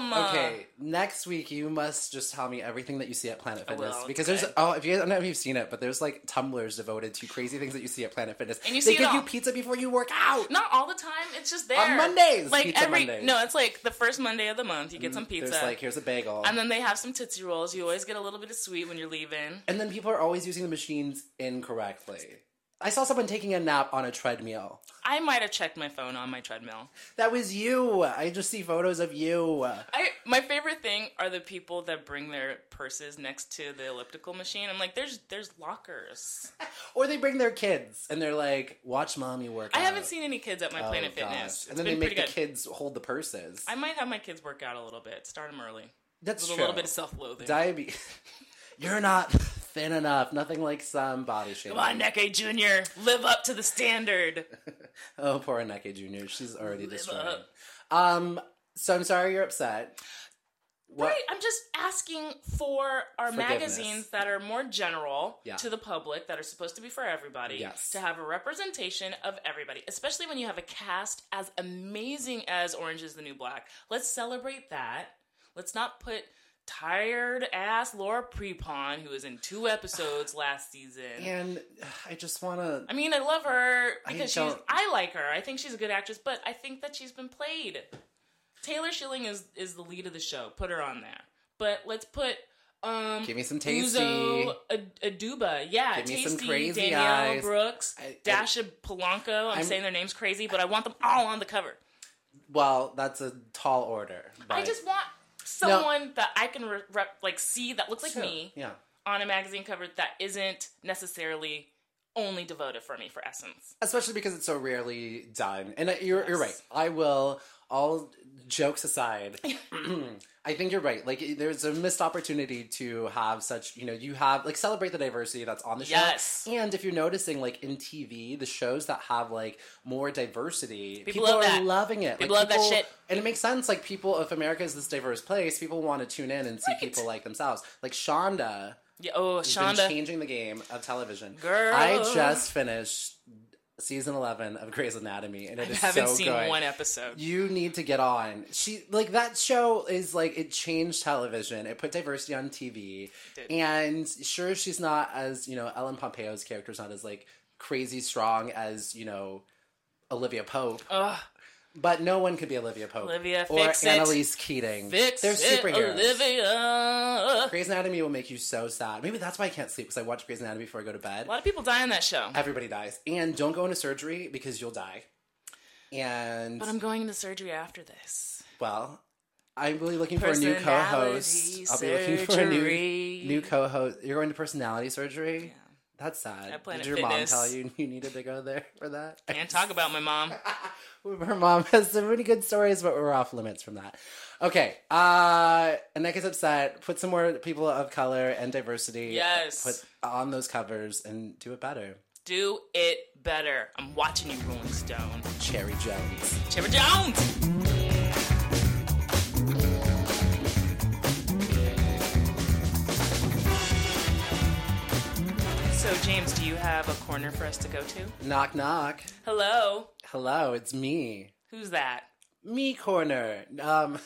B: am.
A: Okay, next week you must just tell me everything that you see at Planet
B: will,
A: Fitness
B: it's
A: because there's
B: good.
A: oh if you guys, I don't know if you've seen it, but there's like tumblers devoted to crazy things that you see at Planet Fitness.
B: And you
A: they
B: see it
A: give you
B: all.
A: pizza before you work out.
B: Not all the time. It's just there
A: Mondays,
B: Like
A: Pizza
B: every
A: Mondays. Mm,
B: no, it's like the first Monday of the month. You get some pizza.
A: There's like here's a bagel,
B: And then they have some Tootsie Rolls. You always get a little bit of sweet when you're leaving.
A: and then people are always using the machines incorrectly. I saw someone taking a nap on a treadmill.
B: I might have checked my phone on my treadmill.
A: That was you. I just see photos of you.
B: I my favorite thing are the people that bring their purses next to the elliptical machine. I'm like, there's there's lockers.
A: Or they bring their kids and they're like, "Watch mommy work."
B: I
A: out."
B: haven't seen any kids at my
A: Oh,
B: Planet
A: gosh.
B: Fitness. It's
A: and then they
B: been
A: make
B: pretty
A: the
B: good.
A: kids hold the purses.
B: I might have my kids work out a little bit. Start them early.
A: That's
B: With
A: true.
B: a little bit of self-loathing.
A: diabetes. You're not thin enough. Nothing like some body shape.
B: Come on, Neke Junior, live up to the standard.
A: Oh, poor Aneke Jr. She's already
B: Live
A: destroyed.
B: up.
A: Um, so I'm sorry you're upset. What?
B: Right. I'm just asking for our
A: Forgiveness.
B: magazines that are more general
A: Yeah.
B: to the public, that are supposed to be for everybody,
A: Yes.
B: to have a representation of everybody, especially when you have a cast as amazing as Orange is the New Black. Let's celebrate that. Let's not put tired ass Laura Prepon, who was in two episodes last season.
A: And I just want to.
B: I mean, I love her
A: I
B: because she's.
A: don't-
B: I like her. I think she's a good actress, but I think that she's been played. Taylor Schilling is is the lead of the show. Put her on there. But let's put um
A: Give me some tasty.
B: Uzo Ad- Aduba. Yeah,
A: Give me
B: tasty
A: some crazy
B: Danielle
A: eyes.
B: Brooks,
A: I- I-
B: Dasha Polanco. I'm,
A: I'm-
B: saying their names crazy, but I want them all on the cover.
A: Well, that's a tall order.
B: I
A: but-
B: just want someone that I can re- rep, like see that looks like
A: Sure,
B: me
A: Yeah.
B: on a magazine cover that isn't necessarily only devoted for me for essence.
A: especially because it's so rarely done. And uh, you're you're right.
B: Yes.
A: I will. All jokes aside, I think you're right. Like it- there's a missed opportunity to have such. You know, you have like celebrate the diversity that's on the show.
B: Yes.
A: And if you're noticing, like in TV, the shows that have like more diversity, people,
B: love
A: are
B: that.
A: loving it.
B: People
A: like,
B: love that shit.
A: And it makes sense. Like people, if America is this diverse place, people want to tune in and see
B: Right.
A: people like themselves. Like Shonda
B: Yeah, oh,
A: has
B: Shonda.
A: been changing the game of television.
B: Girl.
A: I just finished season eleven of Grey's Anatomy, and it is
B: haven't
A: so
B: seen
A: good.
B: one episode.
A: You need to get on. She like that show is like it changed television. It put diversity on TV,
B: did.
A: and sure she's not as you know Ellen Pompeo's character's not as like crazy strong as you know Olivia Pope,
B: Ugh,
A: but no one could be Olivia Pope
B: Olivia,
A: or
B: fix it.
A: Annalise Keating.
B: fix
A: They're
B: it,
A: superheroes.
B: Olivia.
A: Grey's Anatomy will make you so sad. Maybe that's why I can't sleep because I watch Grey's Anatomy before I go to bed.
B: A lot of people die on that show.
A: everybody dies. And don't go into surgery because you'll die. And
B: But I'm going into surgery after this.
A: well, I'm really looking for a new co-host.
B: Personality
A: I'll be looking for a new
B: surgery.
A: new co-host. You're going to personality surgery.
B: Yeah.
A: That's sad.
B: At
A: Did
B: Planet
A: your
B: Fitness.
A: mom tell you you needed to go there for that?
B: Can't talk about my mom.
A: Her mom has so many good stories, but we're off limits from that. Okay. Uh Aneka's upset. Put some more people of color and diversity
B: Yes.
A: put on those covers and do it better.
B: Do it better. I'm watching you, Rolling Stone.
A: Cherry Jones.
B: Chipper Jones. So, James, do you have a corner for us to go to?
A: Knock knock.
B: Hello.
A: Hello, it's me.
B: Who's that?
A: Me corner. Um,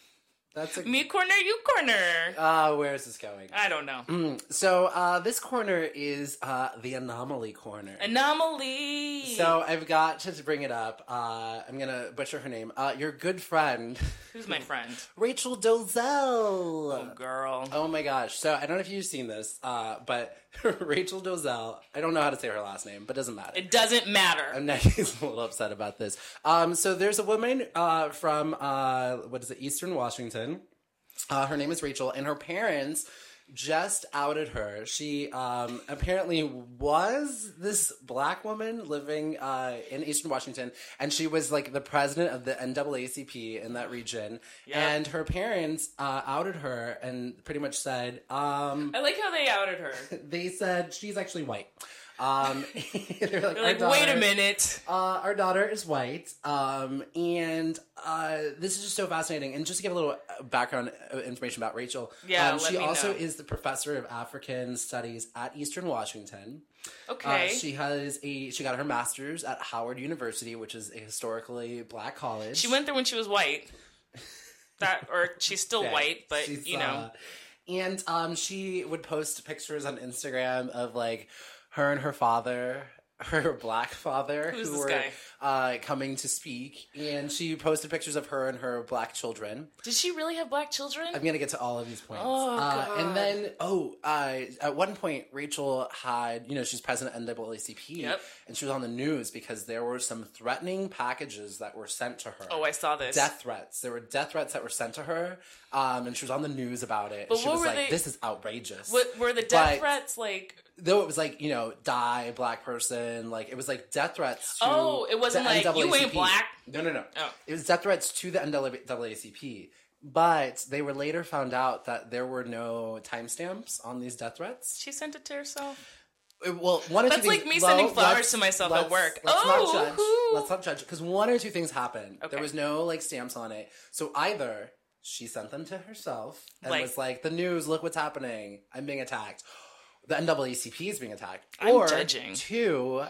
A: that's a.
B: Me corner, you corner.
A: Ah, where is this going?
B: I don't know.
A: So uh, this corner is uh, the anomaly corner.
B: Anomaly.
A: so I've got to bring it up. Uh, I'm gonna butcher her name. Uh, your good friend,
B: who's my friend?
A: Rachel Dozell.
B: Oh, girl.
A: Oh my gosh. So I don't know if you've seen this, uh, but Rachel Dozell, I don't know how to say her last name, but it doesn't matter.
B: It doesn't matter.
A: I'm not he's a little upset about this. Um, so there's a woman uh, from, uh, what is it, Eastern Washington. Uh, her name is Rachel, and her parents just outed her. She um, apparently was this black woman living uh, in Eastern Washington, and she was like the president of the NAACP in that region.
B: Yeah.
A: And her parents uh, outed her and pretty much said, um,
B: I like how they outed her.
A: they said she's actually white. Um, they're like, "Oh, "Our
B: They're like, wait a
A: daughter-
B: minute.
A: uh, our daughter is white, um, and uh, this is just so fascinating. And just to give a little uh, background uh, information about Rachel,
B: Yeah,
A: um,
B: let
A: she
B: me
A: also
B: know.
A: is the professor of African Studies at Eastern Washington. Uh,
B: Okay. she,
A: she has a she got her master's at Howard University, which is a historically black college.
B: went there when she was white. That or she's still
A: Okay.
B: white, but
A: She's,
B: you
A: uh,
B: know.
A: and um, she would post pictures on Instagram of like her and her father, her black father,
B: Who's
A: who
B: this
A: were
B: guy?
A: Uh, coming to speak. And she posted pictures of her and her black children.
B: Did she really have black children?
A: I'm gonna get to all of these points.
B: Oh,
A: uh,
B: God.
A: And then, oh, uh, at one point, Rachel had, you know, she's president of NAACP,
B: Yep.
A: and she was on the news because there were some threatening packages that were sent to her
B: oh, I saw this.
A: death threats. There were death threats that were sent to her, um, and she was on the news about it.
B: But
A: she
B: what
A: was
B: were
A: like,
B: they-
A: "This is outrageous."
B: What, were the death
A: But-
B: threats like?
A: Though it was like you know, die black person. Like it was like death threats. to
B: Oh, it wasn't
A: the
B: like, "You ain't
A: NAACP.
B: black."
A: No, no, no.
B: Oh.
A: It was death threats to the NAACP. But they were later found out that there were no timestamps on these death threats.
B: She sent it to herself.
A: Uh, Well, one or
B: That's
A: two things-
B: like me
A: well,
B: sending flowers
A: let's-
B: to myself
A: let's-
B: at work.
A: Let's
B: oh,
A: not judge.
B: woohoo.
A: Let's not judge because one or two things happened.
B: Okay.
A: There was no like stamps on it, so either she sent them to herself and
B: Like-
A: was like, "The news, look what's happening. I'm being attacked. The NAACP is being attacked."
B: I'm
A: or
B: judging.
A: Two,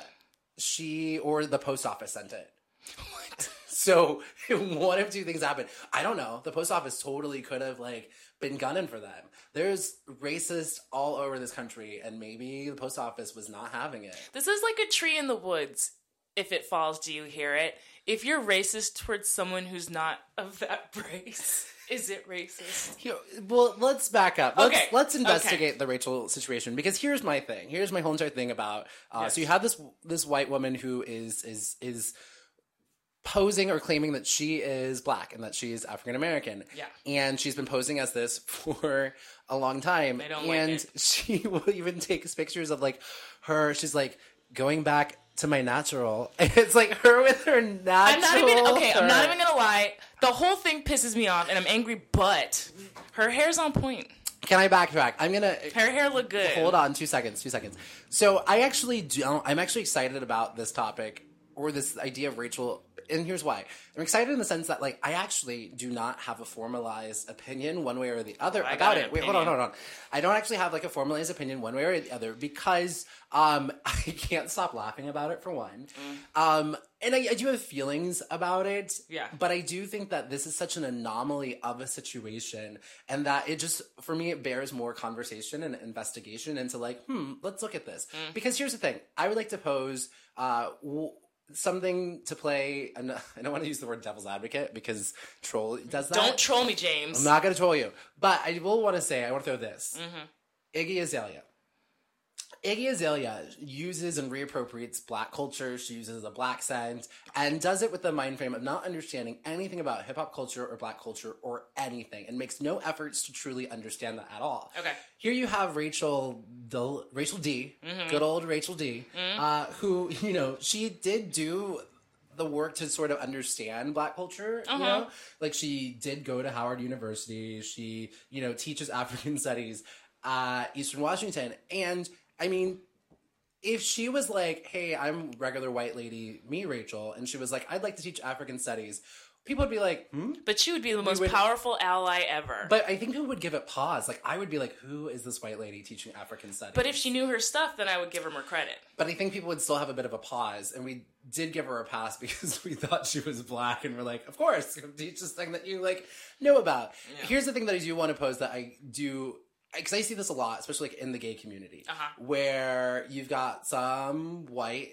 A: she or the post office sent it.
B: What?
A: So one of two things happened. I don't know. The post office totally could have like been gunning for them. There's racists all over this country, and maybe the post office was not having it.
B: This is like a tree in the woods. If it falls, do you hear it? If you're racist towards someone who's not of that race, is it racist?
A: Here, well, let's back up. Let's,
B: Okay.
A: let's investigate the Rachel situation because here's my thing. Here's my whole entire thing about. Uh,
B: Yes.
A: So you have this this white woman who is is is posing or claiming that she is black and that she is African American.
B: Yeah.
A: and she's been posing as this for a long time.
B: They don't like
A: and
B: it.
A: she will even take pictures of like her. She's like going back. To my natural, it's like her with her natural.
B: I'm not even okay. I'm not
A: her-
B: even gonna lie. The whole thing pisses me off, and I'm angry. But her hair's on point.
A: Can I backtrack? I'm gonna.
B: Her hair looked good.
A: Hold on, two seconds, two seconds. So I actually don't. I'm actually excited about this topic or this idea of Rachel, and here's why. I'm excited in the sense that like I actually do not have a formalized opinion one way or the other
B: I got
A: about
B: an
A: it. Wait, hold on,
B: opinion.
A: hold on. I don't actually have like a formalized opinion one way or the other because um I can't stop laughing about it for one. Um, and I, I do have feelings about it.
B: Mm. Yeah.
A: But I do think that this is such an anomaly of a situation and that it just, for me, it bears more conversation and investigation into like, hmm, let's look at this. Because here's the thing I would like to pose uh, w- something to play. And I don't want to use the word devil's advocate because troll does that.
B: Don't troll me, James.
A: I'm not going to troll you. But I will want to say, I want to throw this Iggy Azalea. Iggy Azalea uses and reappropriates black culture. She uses a black scent and does it with the mind frame of not understanding anything about hip hop culture or black culture or anything and makes no efforts to truly understand that at all.
B: Okay.
A: Here you have Rachel, the, Rachel D, good old Rachel D, uh, who, you know, she did do the work to sort of understand black culture, you know? Like she did go to Howard University. She, you know, teaches African studies at Eastern Washington. And I mean, if she was like, "Hey, I'm regular white lady, me Rachel," and she was like, "I'd like to teach African studies," people would be like, "Hmm."
B: But she would be the most
A: would-
B: powerful ally ever. But,
A: But I think people would give it pause. Like I would be like, "Who is this white lady teaching African studies?"
B: if she knew her stuff, then I would give her more credit.
A: but I think people would still have a bit of a pause, and we did give her a pass because we thought she was black, and we're like, "Of course, teach this thing that you like know about." Here's the thing that I do want to pose that I do. Because I see this a lot, especially like in the gay community,
B: Uh-huh.
A: where you've got some white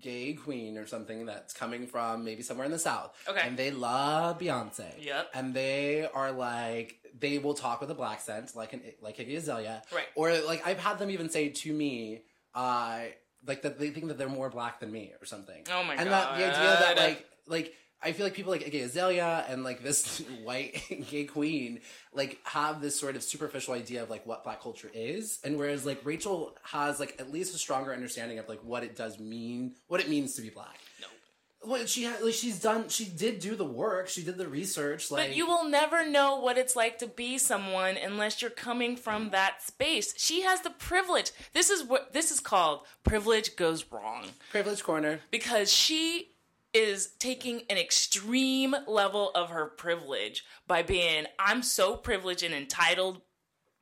A: gay queen or something that's coming from maybe somewhere in the south.
B: Okay.
A: And they love Beyonce.
B: Yep.
A: And they are like they will talk with a black scent, like an like Iggy Azalea.
B: Right.
A: Or like I've had them even say to me, uh, like that they think that they're more black than me or something.
B: Oh my
A: and that the idea
B: God.
A: that like like. I feel like people like Iggy Azalea and like this white gay queen like have this sort of superficial idea of like what black culture is, and whereas like Rachel has like at least a stronger understanding of like what it does mean, what it means to be black.
B: No.
A: Well, she ha- like she's done. She did do the work. She did the research. Like
B: But you will never know what it's like to be someone unless you're coming from that space. She has the privilege. This is what this is called privilege goes wrong
A: privilege corner.
B: because she is taking an extreme level of her privilege by being I'm so privileged and entitled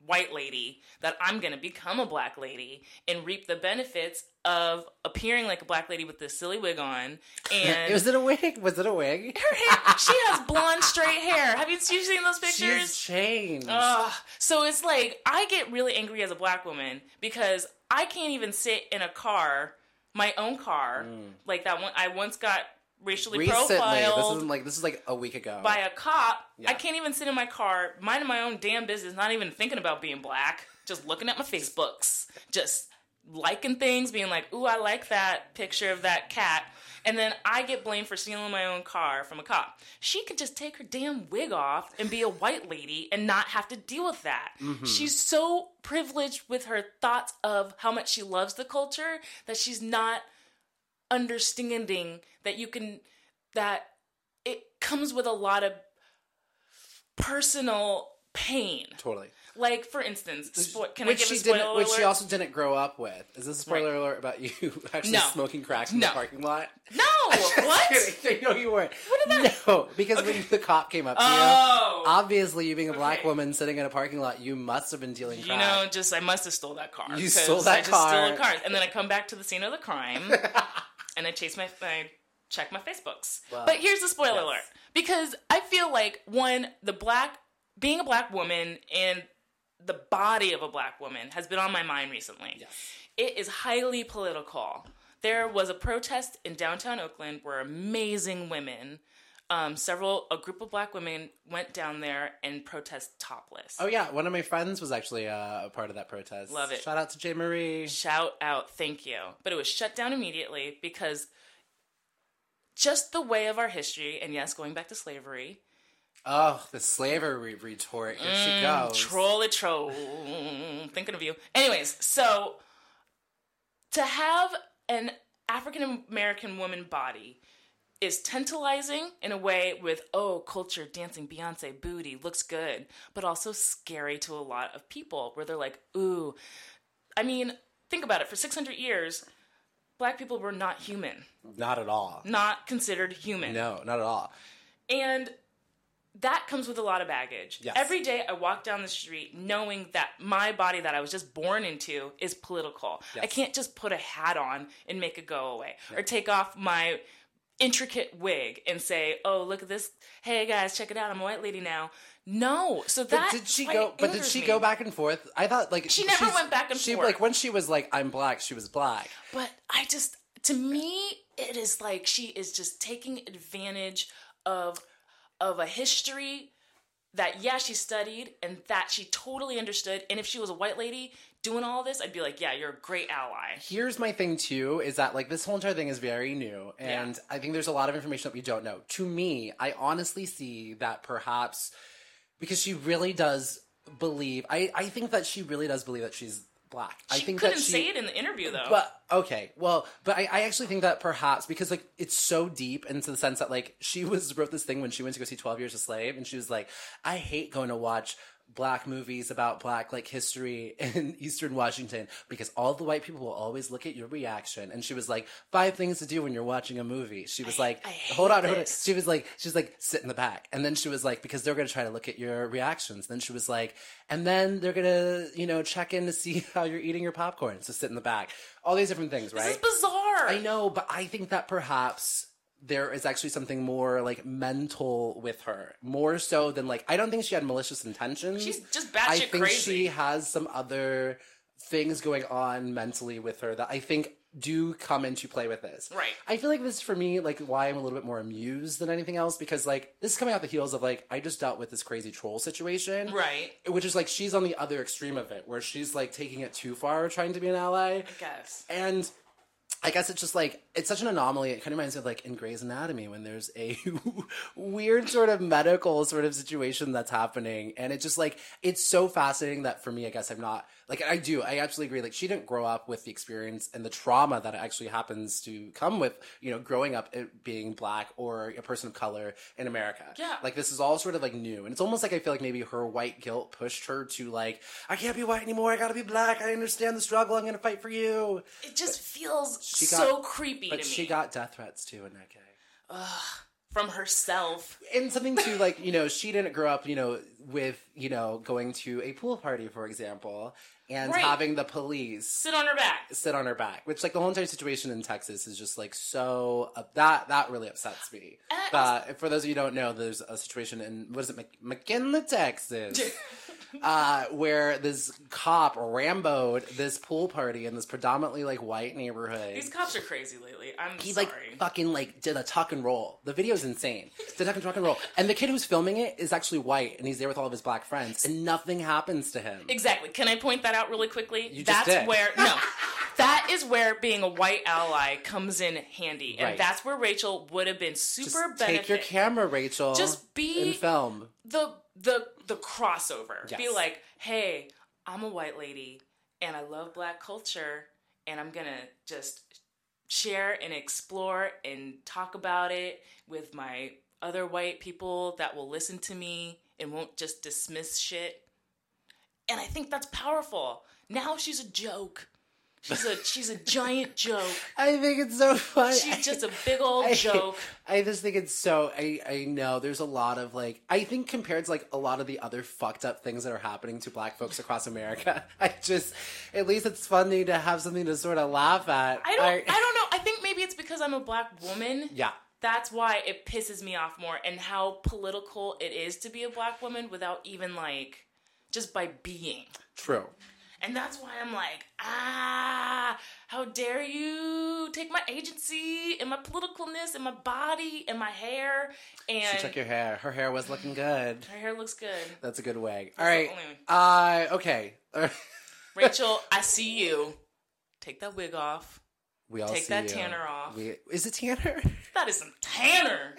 B: white lady that I'm going to become a black lady and reap the benefits of appearing like a black lady with this silly wig on and
A: was it a wig? Was it a wig?
B: her hair. She has blonde, straight hair. Have you, you seen those
A: She's
B: pictures? uh,
A: changed.
B: Ugh. So it's like I get really angry as a black woman because I can't even sit in a car, my own car, like that one. I once got racially
A: Mm. Recently, this
B: profiled
A: isn't like this is like a week ago.
B: by a cop.
A: Yeah.
B: I can't even sit in my car, minding my own damn business, not even thinking about being black, just looking at my Facebooks, just liking things, being like, ooh, I like that picture of that cat. And then I get blamed for stealing my own car from a cop. She could just take her damn wig off and be a white lady and not have to deal with that. She's so privileged with her thoughts of how much she loves the culture that she's not understanding that you can that it comes with a lot of personal pain.
A: totally.
B: Like for instance, spo- can I
A: which
B: give
A: she
B: a spoiler
A: didn't, which she
B: alert?
A: also didn't grow up with. Is this a spoiler
B: Right.
A: alert about you actually
B: No.
A: smoking crack in the
B: No.
A: parking lot?
B: no, what?
A: no, you weren't.
B: What did I-
A: No, because when the cop came up to you,
B: Oh,
A: obviously you being a black
B: Okay.
A: woman sitting in a parking lot, you must have been dealing
B: you
A: crack.
B: know, just I must have stole that car.
A: You
B: 'cause
A: stole that
B: I just stole
A: car.
B: a car, and then I come back to the scene of the crime, and I chase my. I, Check my Facebooks.
A: Wow.
B: But here's the spoiler
A: Yes.
B: alert because I feel like one, the black, being a black woman and the body of a black woman has been on my mind recently.
A: Yes.
B: It is highly political. There was a protest in downtown Oakland where amazing women, um, several, a group of black women went down there and protest topless.
A: Oh yeah, one of my friends was actually uh, a part of that protest.
B: Love it.
A: Shout out to Jay Marie.
B: Shout out, thank you. But it was shut down immediately because just the way of our history, and yes, going back to slavery,
A: Oh, the slavery retort. Here she
B: Mm,
A: goes.
B: Troll it, troll. Thinking of you. Anyways, so to have an African American woman body is tantalizing in a way with oh culture dancing Beyonce booty looks good, but also scary to a lot of people where they're like ooh, I mean think about it for 600 years, black people were not human,
A: Not at all.
B: not considered human.
A: No, not at all.
B: And that comes with a lot of baggage.
A: Yes.
B: Every day I walk down the street knowing that my body that I was just born into is political. I can't just put a hat on and make it go away or take off my intricate wig and say, "Oh, look at this. Hey guys, check it out. I'm a white lady now." No. So that
A: But did she
B: why
A: go?
B: it
A: But did
B: angers
A: she
B: me.
A: go back and forth? I thought like
B: She never
A: she's-
B: went back and
A: she,
B: forth.
A: Like when she was like, "I'm black," she was black.
B: But I just, to me, it is like she is just taking advantage of of a history that yeah she studied and that she totally understood. And if she was a white lady doing all this, I'd be like, yeah, you're a great ally.
A: Here's my thing too: is that like this whole entire thing is very new,
B: Yeah.
A: and I think there's a lot of information that we don't know. To me, I honestly see that perhaps because she really does believe. I I think that she really does believe that she's black. I
B: She
A: think
B: couldn't
A: that she,
B: say it in the interview though.
A: But okay, well, but I, I actually think that perhaps because like it's so deep into the sense that like she was wrote this thing when she went to go see Twelve Years a Slave, and she was like, I hate going to watch black movies about black like history in Eastern Washington because all the white people will always look at your reaction. And she was like, five things to do when you're watching a movie. She was like,
B: I
A: hold
B: hate
A: on, hold on.
B: this.
A: She was like, she's like, sit in the back. And then she was like, because they're going to try to look at your reactions. Then she was like, and then they're going to, you know, check in to see how you're eating your popcorn. So sit in the back. All these different things,
B: this is
A: right?
B: bizarre.
A: I know, but I think that perhaps there is actually something more like mental with her, more so than like, I don't think she had malicious intentions.
B: She's just
A: I
B: batshit
A: think she
B: crazy.
A: has some other things going on mentally with her that I think do come into play with this.
B: Right.
A: I feel like this is for me, like why I'm a little bit more amused than anything else, because like this is coming out the heels of like I just dealt with this crazy troll situation.
B: right.
A: Which is like she's on the other extreme of it, where she's like taking it too far, trying to be an ally.
B: I guess.
A: And I guess it's just like it's such an anomaly. It kind of reminds me of like in Grey's Anatomy when there's a weird sort of medical sort of situation that's happening, and it's just like it's so fascinating that for me, I guess I'm not like I do. I absolutely agree. Like she didn't grow up with the experience and the trauma that actually happens to come with you know growing up it- being black or a person of color in America.
B: Yeah.
A: like this is all sort of like new, and it's almost like I feel like maybe her white guilt pushed her to like I can't be white anymore. I gotta be black. I understand the struggle. I'm gonna fight for you.
B: It just feels
A: She got-
B: so creepy
A: But
B: to
A: she
B: me.
A: got death threats too, Aneke.
B: From herself.
A: And something too, like, you know, she didn't grow up, you know, with, you know, going to a pool party, for example, and
B: Right.
A: having the police
B: Sit on her back.
A: sit on her back, which, like, the whole entire situation in Texas is just, like, so. Uh, that that really upsets me.
B: And I
A: But for those of you who don't know, there's a situation in, what is it, Mc- McKinley, Texas, uh, where this cop ramboed this pool party in this predominantly, like, white neighborhood.
B: These cops are crazy lately. I'm
A: He
B: sorry.
A: like fucking like did a tuck and roll. The video's insane. Did a tuck and tuck and roll, and the kid who's filming it is actually white, and he's there with all of his black friends, and nothing happens to him.
B: Exactly. Can I point that out really quickly?
A: You just
B: that's
A: did.
B: where no. That is where being a white ally comes in handy. And
A: Right.
B: that's where Rachel would have been
A: Just
B: super
A: take your
B: benefit.
A: camera, Rachel.
B: Just be-
A: and film.
B: the the the crossover. Be
A: Yes.
B: like, hey, I'm a white lady and I love black culture and I'm gonna just share and explore and talk about it with my other white people that will listen to me and won't just dismiss shit. And I think that's powerful. Now she's a joke. She's a she's a giant joke.
A: I think it's so funny.
B: She's just a big old joke.
A: I just think it's so. I I know there's a lot of like. I think compared to like a lot of the other fucked up things that are happening to Black folks across America, I just at least it's funny to have something to sort of laugh at.
B: I don't I don't know. I think maybe it's because I'm a black woman.
A: yeah.
B: that's why it pisses me off more and how political it is to be a black woman without even like just by being
A: True.
B: and that's why i'm like ah how dare you take my agency and my politicalness and my body and my hair
A: She
B: and
A: took your hair. Her hair was looking good.
B: her hair looks good
A: That's a good wig. All
B: That's
A: right.
B: the
A: Uh, okay.
B: rachel i see you take that wig off
A: we all
B: Take
A: see
B: that
A: you.
B: tanner off.
A: We, is it tanner?
B: that is some tanner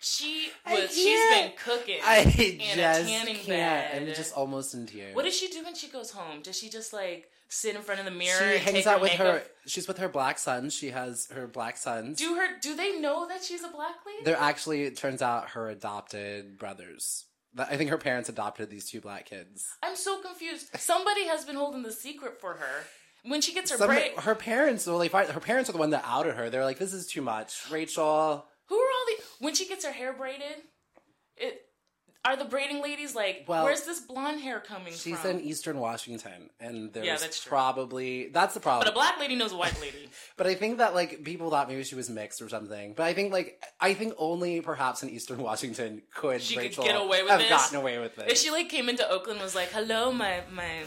B: she
A: I
B: was she's been
A: can't.
B: cooking
A: I
B: a
A: just
B: tanning
A: can't.
B: bed.
A: I'm just almost in tears.
B: What does she do when she goes home? Does she just like sit in front of the mirror?
A: she
B: and
A: hangs
B: take
A: out
B: her
A: with
B: makeup?
A: her. She's with her black sons. She has her black sons.
B: Do her? Do they know that she's a black lady?
A: They're actually, it turns out, her adopted brothers. But I think her parents adopted these two black kids.
B: I'm so confused. Somebody has been holding the secret for her. When she gets her
A: Some,
B: break,
A: her parents, well, they find, her parents are the one that outed her. They're like, "This is too much, Rachel."
B: who are all the? When she gets her hair braided, it are the braiding ladies like?
A: Well,
B: where's this blonde hair coming
A: She's
B: from?
A: in Eastern Washington, and there's
B: that's true.
A: probably that's the problem.
B: but a black lady knows a white lady.
A: But I think that like people thought maybe she was mixed or something. But I think like I think only perhaps in Eastern Washington could
B: She could
A: Rachel
B: get away with
A: have
B: this?
A: gotten away with
B: if
A: this.
B: she like came into Oakland and was like, "Hello, my my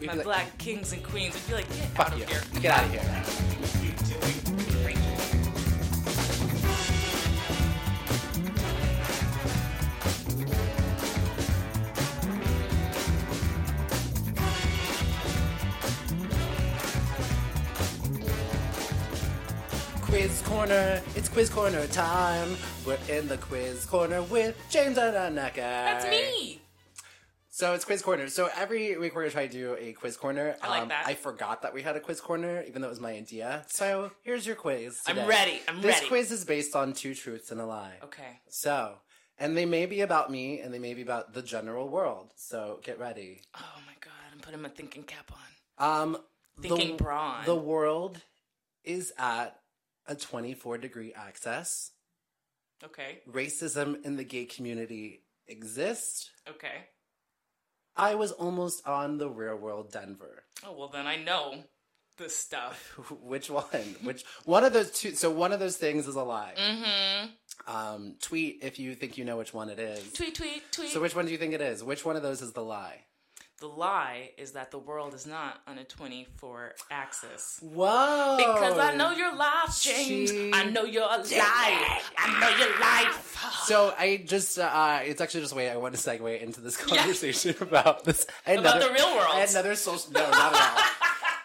A: We'd
B: my
A: be like,
B: black kings and queens," I'd be like, "Get out
A: Fuck
B: of
A: you.
B: here."
A: Get out of here. Quiz corner. It's quiz corner time. We're in the quiz corner with James and Anaka.
B: That's me.
A: So it's quiz corner. So every week we're gonna try to do a quiz corner. I
B: like that.
A: I forgot that we had a quiz corner, even though it was my idea. So here's your quiz.
B: I'm
A: today.
B: ready. I'm
A: this
B: ready.
A: quiz is based on two truths and a lie.
B: Okay.
A: So, and they may be about me, and they may be about the general world. So get ready.
B: Oh my god, I'm putting my thinking cap on.
A: Um,
B: Thinking
A: the,
B: brawn.
A: The world is at a 24 degree axis.
B: Okay,
A: Racism in the gay community exists.
B: okay.
A: I was almost on the real world, Denver.
B: Oh well, then I know this stuff.
A: Which one? Which one of those two? So one of those things is a lie.
B: Mm-hmm.
A: Um, tweet if you think you know which one it is.
B: Tweet, tweet, tweet.
A: So which one do you think it is? Which one of those is the lie?
B: the lie is that the world is not on a 24 axis.
A: Whoa!
B: Because I know your life, James.
A: She-
B: I know your life. I know your life.
A: So I just uh, it's actually just a way I want to segue into this conversation about this
B: About the real world.
A: Another social no, not at all.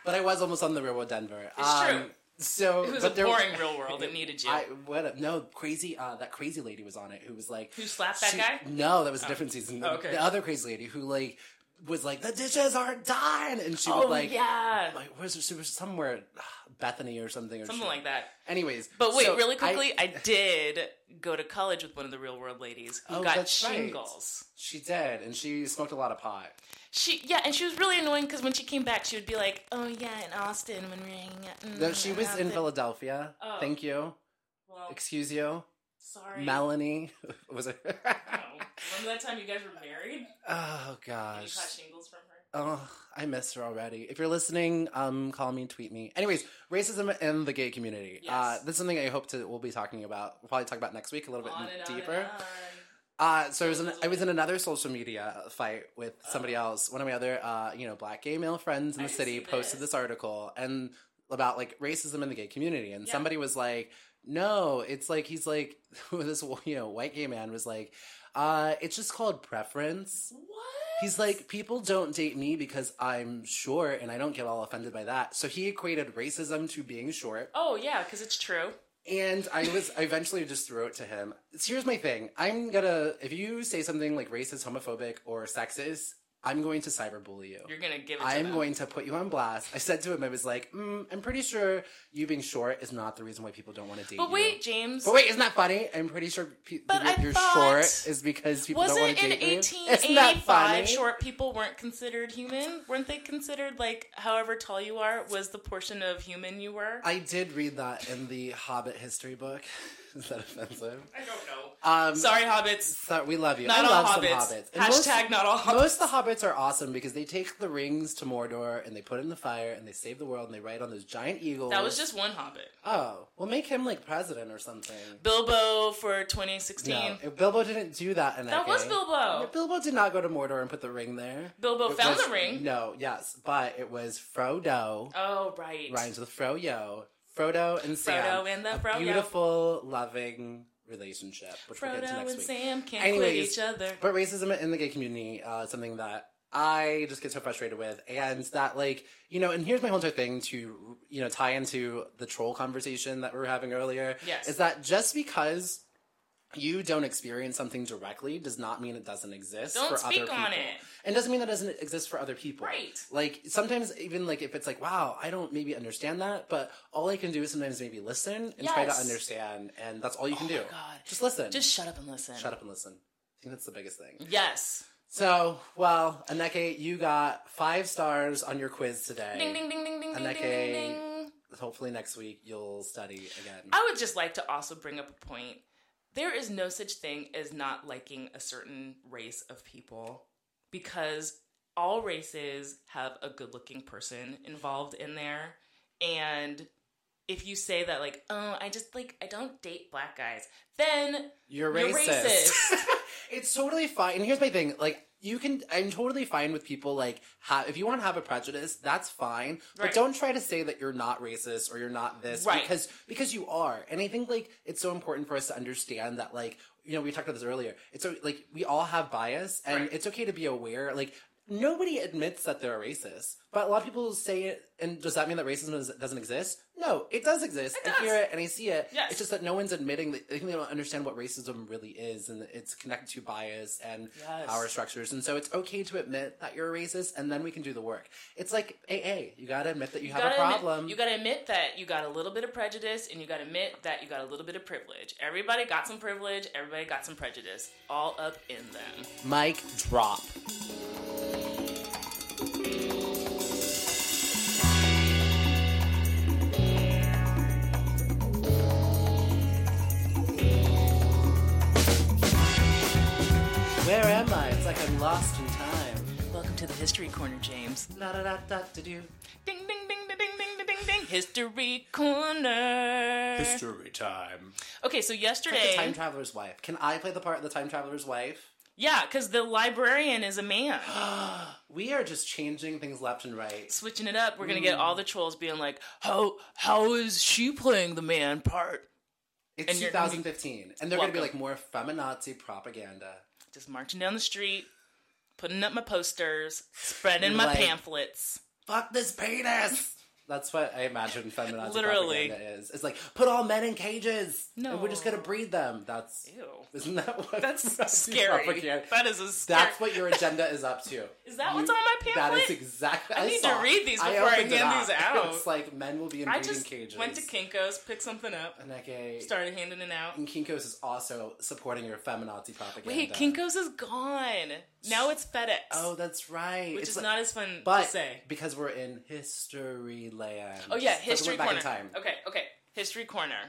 A: but I was almost on the real world Denver. Um,
B: It's true.
A: So
B: It was
A: but
B: a
A: there
B: boring real world that needed you.
A: I what a, no crazy uh, that crazy lady was on it who was like
B: Who slapped that
A: she-
B: guy?
A: No, that was a
B: Oh.
A: different season.
B: Oh, okay.
A: The other crazy lady who like was like the dishes aren't done, and she was
B: oh
A: like,
B: yeah,
A: like where's she was somewhere Bethany or something or
B: something
A: she-
B: like that.
A: Anyways,
B: But wait,
A: so
B: really
A: I-
B: quickly, I, did go to college with one of the real world ladies who
A: Oh,
B: got
A: that's right.
B: shingles.
A: she did, and she smoked a lot of pot.
B: She yeah, and she was really annoying because when she came back, she would be like, "Oh yeah, in Austin when we we're hanging out." mm,
A: No, she
B: in
A: was in
B: Austin."
A: Philadelphia.
B: Oh.
A: Thank you.
B: Well,
A: Excuse you.
B: sorry.
A: Melanie was it?
B: No. Remember that time you guys were married?
A: oh
B: And you
A: gosh.
B: caught shingles from her.
A: Oh, I missed her already. If you're listening, um, call me, tweet me. Anyways, racism in the gay community. Uh,
B: Yes.
A: this is something I hope to we'll be talking about. We'll probably talk about next week a little bit
B: on and on
A: deeper.
B: and on.
A: Uh, so I was, in, I was in another social media fight with somebody else. One of my other, uh, you know, black gay male friends in
B: I
A: the
B: didn't
A: city
B: see
A: posted
B: this.
A: this article and about like racism in the gay community, and
B: Yeah.
A: somebody was like, "No, it's like he's like this, you know, white gay man was like, uh, it's just called preference."
B: What?
A: He's like, people don't date me because I'm short, and I don't get all offended by that. So he equated racism to being short.
B: Oh yeah, because it's true.
A: And I was I eventually just threw it to him. So here's my thing. I'm gonna if you say something like racist, homophobic, or sexist, I'm going to cyberbully you.
B: You're gonna give it. To
A: I'm
B: them.
A: going to put you on blast. I said to him, I was like, mm, I'm pretty sure you being short is not the reason why people don't want to date
B: But
A: you.
B: wait, James.
A: But wait, isn't that funny? I'm pretty sure pe-
B: But
A: the
B: I
A: reason you're
B: thought-
A: short is because people don't want
B: Wasn't
A: to
B: in
A: date you. Isn't that
B: 1885
A: funny?
B: short people weren't considered human? Weren't they considered like however tall you are was the portion of human you were?
A: I did read that in the Hobbit history book. is that offensive?
B: I don't know.
A: Um,
B: Sorry, hobbits.
A: So we love you.
B: Not
A: I
B: all
A: love
B: hobbits.
A: some hobbits. most-
B: Hashtag not all hobbits.
A: Most of the hobbits are awesome because they take the rings to Mordor and they put it in the fire and they save the world and they ride on those giant eagles.
B: That was just one hobbit.
A: oh well, make him like president or something.
B: Bilbo for 2016.
A: No, if Bilbo didn't do that. In
B: That was
A: game-
B: Bilbo.
A: Bilbo did not go to Mordor and put the ring there.
B: Bilbo
A: It
B: found
A: was-
B: the ring.
A: No, yes, but it was Frodo.
B: Oh, right.
A: Rhymes with Froyo. Frodo and Sam.
B: Frodo and the
A: A
B: Froyo.
A: Beautiful, loving relationship. Which we'll get to
B: Frodo
A: next
B: and
A: week.
B: Sam can't
A: Anyways,
B: quit each other.
A: But racism in the gay community uh, is something that I just get so frustrated with, and that like you know, and here's my whole entire thing to you know tie into the troll conversation that we were having earlier.
B: Yes.
A: is that just because you don't experience something directly does not mean it doesn't exist
B: Don't
A: for
B: speak
A: other people.
B: on it.
A: And doesn't mean that doesn't exist for other people.
B: Right.
A: Like sometimes even like if it's like, wow, I don't maybe understand that, but all I can do is sometimes maybe listen and try to
B: Yes.
A: understand and that's all you can
B: Oh
A: do.
B: my God.
A: Just listen.
B: Just shut up and listen.
A: shut up and listen. I think that's the biggest thing.
B: Yes.
A: So, well, Aneke, you got five stars on your quiz today.
B: Ding ding ding ding ding ding
A: Aneke.
B: ding ding.
A: Hopefully next week you'll study again.
B: I would just like to also bring up a point. There is no such thing as not liking a certain race of people because all races have a good looking person involved in there. And if you say that, like, oh, I just like, I don't date black guys, then
A: You're
B: You're
A: racist. it's totally fine. And here's my thing, like you can I'm totally fine with people like have if you want to have a prejudice, that's fine. But
B: Right.
A: don't try to say that you're not racist or you're not this
B: Right.
A: because because you are. And I think like it's so important for us to understand that like you know, we talked about this earlier. It's so, like we all have bias and
B: Right.
A: it's okay to be aware like Nobody admits that they're a racist, but a lot of people say it. And does that mean that racism is, doesn't exist? No, it does exist.
B: It
A: I hear
B: does.
A: it and I see it.
B: Yes.
A: It's just that no one's admitting that they think they don't understand what racism really is and it's connected to bias and
B: Yes.
A: power structures. And so it's okay to admit that you're a racist and then we can do the work. It's like AA. You gotta admit that you, have a
B: gotta admit-
A: problem.
B: you got to admit that you got a little bit of prejudice, and you got to admit that you got a little bit of privilege. Everybody got some privilege. Everybody got some prejudice, all up in them.
A: Mic drop. Where am I? It's like I'm lost in time.
B: Welcome to the history corner, James.
A: La-da-da-da-da-do.
B: Ding ding ding ding ding ding ding ding ding. History corner.
C: History time.
B: Okay, so
A: The time
B: yesterday,
A: traveler's wife. Can I play the part of the time traveler's wife?
B: yeah, because the librarian is a man.
A: We are just changing things left and right.
B: Switching it up, we're gonna get all the trolls being like, "How how is she playing the man part?"
A: It's
B: And you're-
A: 2015, and they're going to be like
B: Welcome.
A: more feminazi propaganda.
B: Just marching down the street, putting up my posters, spreading my
A: Like-
B: pamphlets.
A: Fuck this penis. That's what I imagine feminazi
B: Literally.
A: propaganda is. It's like put all men in cages. and we're just gonna
B: No.
A: breed them. That's
B: Ew.
A: isn't that what feminazi
B: That's scary.
A: propaganda-
B: That is a scary.
A: That's what your agenda is up to.
B: is that
A: You-
B: what's on my
A: That
B: pamphlet?
A: is exactly.
B: I need to
A: saw-
B: read these before I
A: opened it
B: hand these
A: up.
B: out.
A: It's like men will be in
B: I
A: breeding
B: just
A: cages.
B: went to Kinko's, picked something up,
A: and like a,
B: started handing it out.
A: and Kinkos is also supporting your feminazi propaganda.
B: Wait, Kinko's is gone. Now it's FedEx,
A: uh, Oh, that's right.
B: which
A: It's
B: is
A: like-
B: not as fun
A: but
B: to say.
A: because we're in history land.
B: Oh yeah,
A: Let's go
B: history
A: back
B: corner.
A: in time.
B: Okay, okay, history corner.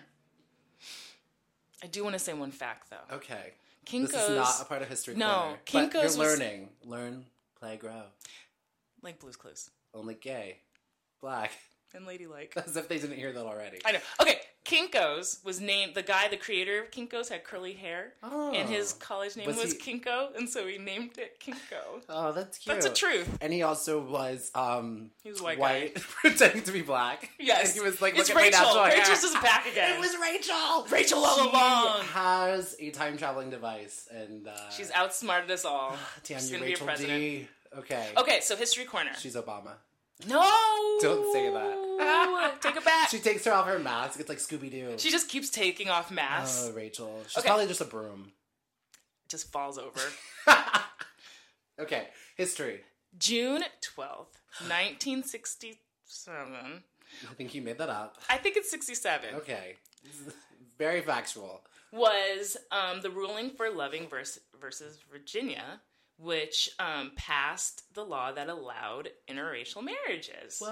B: I do want to say one fact though.
A: Okay.
B: Kinko's
A: Oh, This is not a part of history.
B: No,
A: corner, but
B: Kinko's was-
A: you're learning. Learn, play, grow.
B: like Blue's Clues
A: Only gay, black.
B: and Ladylike.
A: As if they didn't hear that already.
B: I know. Okay, Kinko's was named the guy, the creator of Kinko's, had curly hair,
A: Oh.
B: and his college name was,
A: Was he-
B: Kinko, and so he named it Kinko.
A: Oh, that's cute.
B: That's the truth.
A: And he also was um
B: He was a white guy.
A: white pretending to be black.
B: Yes,
A: And he was like,
B: it's
A: look at my
B: Rachel.
A: natural hair.
B: Rachel's just back again.
A: It was Rachel.
B: Rachel all
A: She
B: along.
A: has a time traveling device, and uh,
B: She's outsmarted us all.
A: damn
B: she's
A: you,
B: gonna be a
A: Rachel
B: president.
A: D. Okay.
B: Okay, so history corner.
A: She's Obama.
B: No,
A: Don't say that.
B: Take it back.
A: She
B: She,
A: takes her off her mask. It's like Scooby Doo.
B: just keeps taking off masks.
A: Oh, Rachel. She's
B: Okay.
A: probably just a broom.
B: just falls over.
A: okay. History.
B: June twelfth, nineteen sixty-seven.
A: I think you made that up.
B: I think it's sixty-seven.
A: Okay. This is Very factual.
B: was um, the ruling for Loving vers- versus Virginia, which um, passed the law that allowed interracial marriages.
A: Whoa.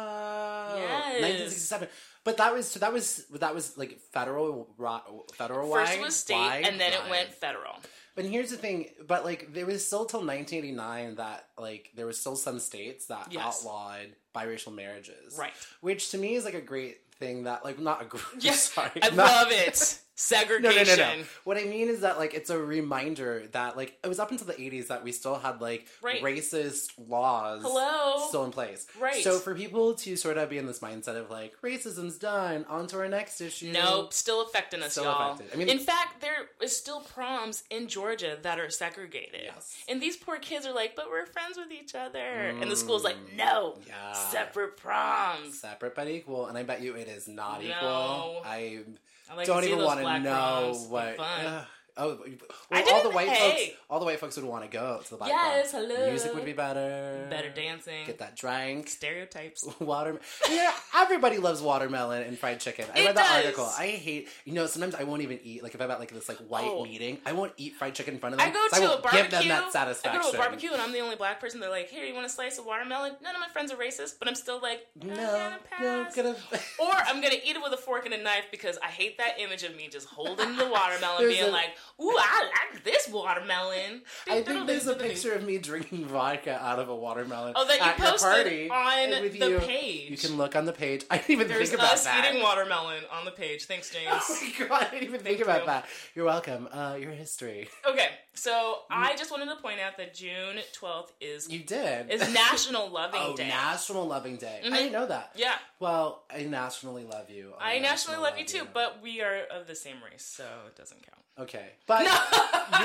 B: Yes.
A: 1967. But that was so that was that was like federal ro- federal
B: First
A: wide-
B: it was state,
A: wide-
B: and then
A: wide.
B: it went federal.
A: But here's the thing, but like there was still till 1989 that like there was still some states that
B: Yes.
A: outlawed biracial marriages.
B: Right.
A: Which to me is like a great thing that like not a gr-
B: Yes,
A: sorry.
B: I
A: not-
B: love it.
A: no, no, no,
B: Segregation.
A: no. What I mean is that like it's a reminder that like it was up until the 80s that we still had like
B: Right.
A: racist laws
B: Hello.
A: still in place.
B: Right.
A: So for people to sort of be in this mindset of like racism's done, on to our next issue.
B: Nope, still affecting us,
A: Still
B: y'all.
A: affected. I mean-
B: in fact, there is still proms in Georgia that are segregated,
A: Yes.
B: and these poor kids are like, "But we're friends with each other," and the school's like, "No,
A: Mm, Yeah.
B: separate proms."
A: Separate but equal, and I bet you it is not
B: No.
A: equal. I
B: I like to
A: don't
B: see
A: even
B: those
A: want to
B: black
A: know
B: proms. They're
A: what.
B: fun.
A: Ugh. Oh,
B: I
A: well, all the
B: didn't-
A: white
B: hey.
A: folks, all the white folks would want to go to the black
B: Yes,
A: prom.
B: hello.
A: Music would be better.
B: better dancing.
A: Get that drink.
B: Stereotypes.
A: Watermelon. Yeah, everybody loves watermelon and fried chicken. I
B: It
A: read that
B: does.
A: article. I hate. You know, sometimes I won't even eat. Like if I'm at like this like white
B: Oh.
A: meeting, I won't eat fried chicken in front of them.
B: I go
A: 'cause
B: to a
A: won't
B: barbecue.
A: Give them that
B: I
A: satisfaction.
B: go to a barbecue and I'm the only black person. They're like, "Here, you want a slice of watermelon?" None of my friends are racist, but I'm still like, "I'm
A: No,
B: gonna
A: no,
B: pass."
A: gonna.
B: or I'm gonna eat it with a fork and a knife because I hate that image of me just holding the watermelon,
A: There's
B: being
A: a-
B: like, "Ooh, I like this watermelon."
A: I think there's a picture of me drinking vodka out of a watermelon.
B: Oh, that you
A: at your
B: posted
A: party
B: on
A: with
B: the
A: you.
B: page.
A: You can look on the page. I didn't even
B: There's
A: think about
B: us
A: that.
B: eating watermelon on the page. Thanks, James.
A: Oh my god, I didn't even think about
B: you.
A: that. You're welcome. Uh, your history.
B: Okay, so I just wanted to point out that June 12th is
A: You did.
B: is National Loving
A: oh,
B: Day. Mm-hmm.
A: National Loving Day. I didn't know that.
B: yeah.
A: Well, I nationally love you. Oh,
B: I nationally love you
A: nationally
B: too, but we are of the same race, so it doesn't count.
A: okay. But
B: No.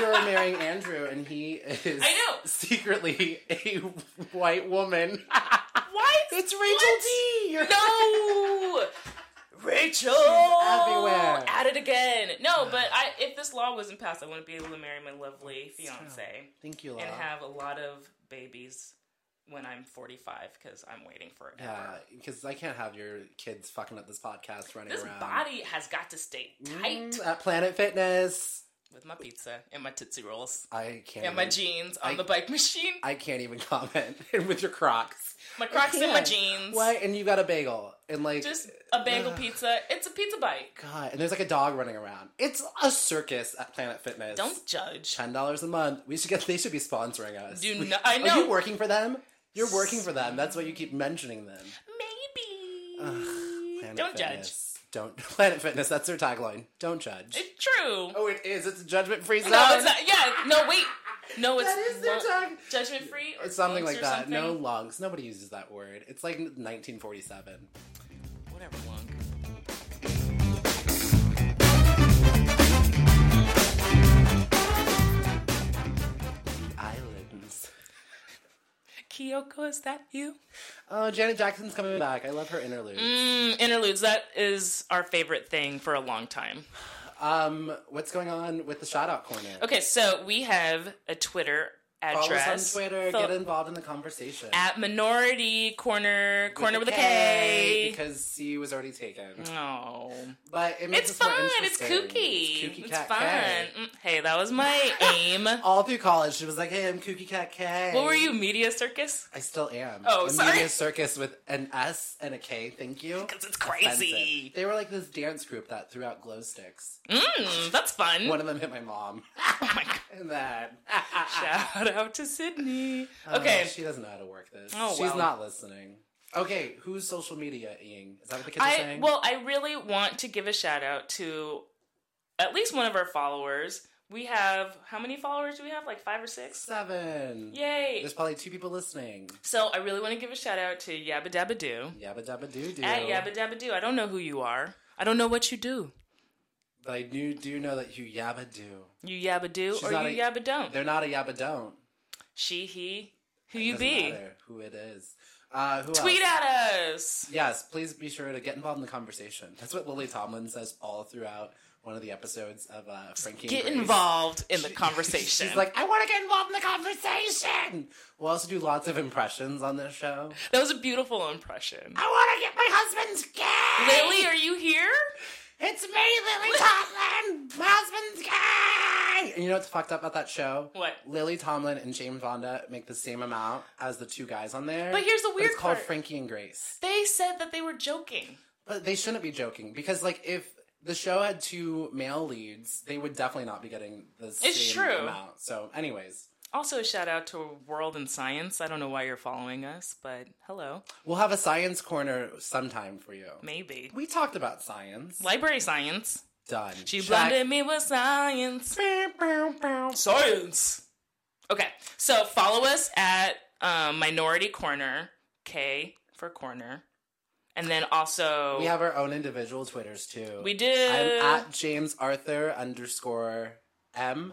A: you're marrying Andrew, and he is
B: I know.
A: secretly a white woman.
B: Why?
A: it's Rachel
B: What?
A: D. You're
B: No, Rachel.
A: everywhere.
B: At it again. No, but I, if this law wasn't passed, I wouldn't be able to marry my lovely fiance
A: Thank you, Laura.
B: and have a lot of babies when I'm 45 because I'm waiting forever.
A: yeah, because I can't have your kids fucking up this podcast running
B: This
A: around.
B: body has got to stay tight
A: Mm, at Planet Fitness.
B: with my pizza and my tootsie rolls
A: I can't.
B: and my
A: even,
B: jeans on
A: I-
B: the bike machine.
A: I can't even comment. And with your Crocs.
B: my Crocs and my
A: Yeah.
B: jeans.
A: What? And you got a bagel. And like.
B: Just a bagel
A: Ugh.
B: pizza. It's a pizza bite.
A: God, and there's like a dog running around. It's a circus at Planet Fitness.
B: Don't judge.
A: ten dollars a month. We should get. They should be sponsoring us.
B: Do
A: We-
B: not, I
A: Are you
B: know.
A: working for them? You're working for them. That's why you keep mentioning them.
B: Maybe.
A: Planet
B: Don't judge.
A: Fitness. Don't Planet Fitness. That's their tagline. Don't judge.
B: It's true.
A: oh, it is. It's a judgment free zone.
B: no, it's not. Yeah. No, wait. No, it's
A: That is their
B: lo-
A: tag.
B: judgment free or
A: It's something
B: lungs
A: like
B: or
A: that.
B: something?
A: No lungs. Nobody uses that word. It's like 1947.
B: Whatever. Lung.
A: Islands.
B: Kyoko, is that you?
A: Oh, Janet Jackson's coming back. I love her interludes.
B: Mm, interludes. That is our favorite thing for a long time.
A: Um, what's going on with the shout out corner?
B: Okay, so we have a Twitter address.
A: Follow us on Twitter.
B: Fo-
A: get involved in the conversation.
B: at Minority Corner, Corner with a K.
A: Because C was already taken.
B: Oh,
A: But it makes
B: it's
A: us more
B: fun. It's
A: interesting.
B: kooky.
A: It's
B: It's,
A: kooky cat
B: fun.
A: K.
B: Mm, Hey, that was my aim.
A: All through college, she was like, "Hey, I'm Kooky Cat K."
B: what were you, Media Circus?
A: I still am.
B: Oh,
A: a
B: sorry.
A: Media circus with an S and a K. Thank you.
B: Because it's
A: Offensive.
B: crazy.
A: They were like this dance group that threw out glow sticks.
B: Mm, that's fun.
A: One of them hit my mom.
B: Oh my God.
A: And then
B: Shout out to Sydney.
A: Oh,
B: Okay.
A: she doesn't know how to work this.
B: Oh,
A: She's
B: well.
A: not listening. Okay, who's social media ing? Is that what the kids are
B: I
A: saying?
B: well, I really want to give a shout out to at least one of our followers. We have how many followers do we have? Like five or six?
A: seven.
B: Yay!
A: There's probably two people listening.
B: So I really want to give a shout out to Yabba Dabba Doo
A: Yabba dabba doo doo.
B: at Yabba Dabba Doo. I don't know who you are. I don't know what you do.
A: But I do do know that you yabba do.
B: You yabba do
A: She's
B: or
A: not
B: you
A: a-
B: yabba don't.
A: They're not a yabba don't.
B: She, he, who you
A: Doesn't
B: be.
A: matter who it is. Uh, who
B: Tweet
A: else?
B: at us.
A: Yes, please be sure to get involved in the conversation. That's what Lily Tomlin says all throughout one of the episodes of uh, Frankie. and
B: Get
A: Grace.
B: involved in the
A: She-
B: conversation.
A: She's like, I want to get involved in the conversation. We'll also do lots of impressions on this show.
B: that was a beautiful impression.
A: I want to get my husband's gay.
B: Lily, are you here?
A: it's me, Lily Tomlin. My husband's gay. And you know what's fucked up about that show?
B: What?
A: Lily Tomlin and James Vonda make the same amount as the two guys on there.
B: But here's the weird
A: it's called
B: part.
A: Frankie and Grace.
B: They said that they were joking.
A: But they shouldn't be joking because, like, if the show had two male leads, they would definitely not be getting the same
B: true.
A: amount. So, anyways,
B: Also, a shout out to World in Science. I don't know why you're following us, but hello.
A: we'll have a science corner sometime for you.
B: Maybe.
A: We talked about science.
B: Library science.
A: Done.
B: She
A: Check.
B: blinded me with science.
A: Bow, bow, bow.
B: Science. Okay, so follow us at um, Minority Corner, K for corner, and then also
A: We have our own individual Twitters too.
B: we did.
A: I'm at James Arthur underscore M.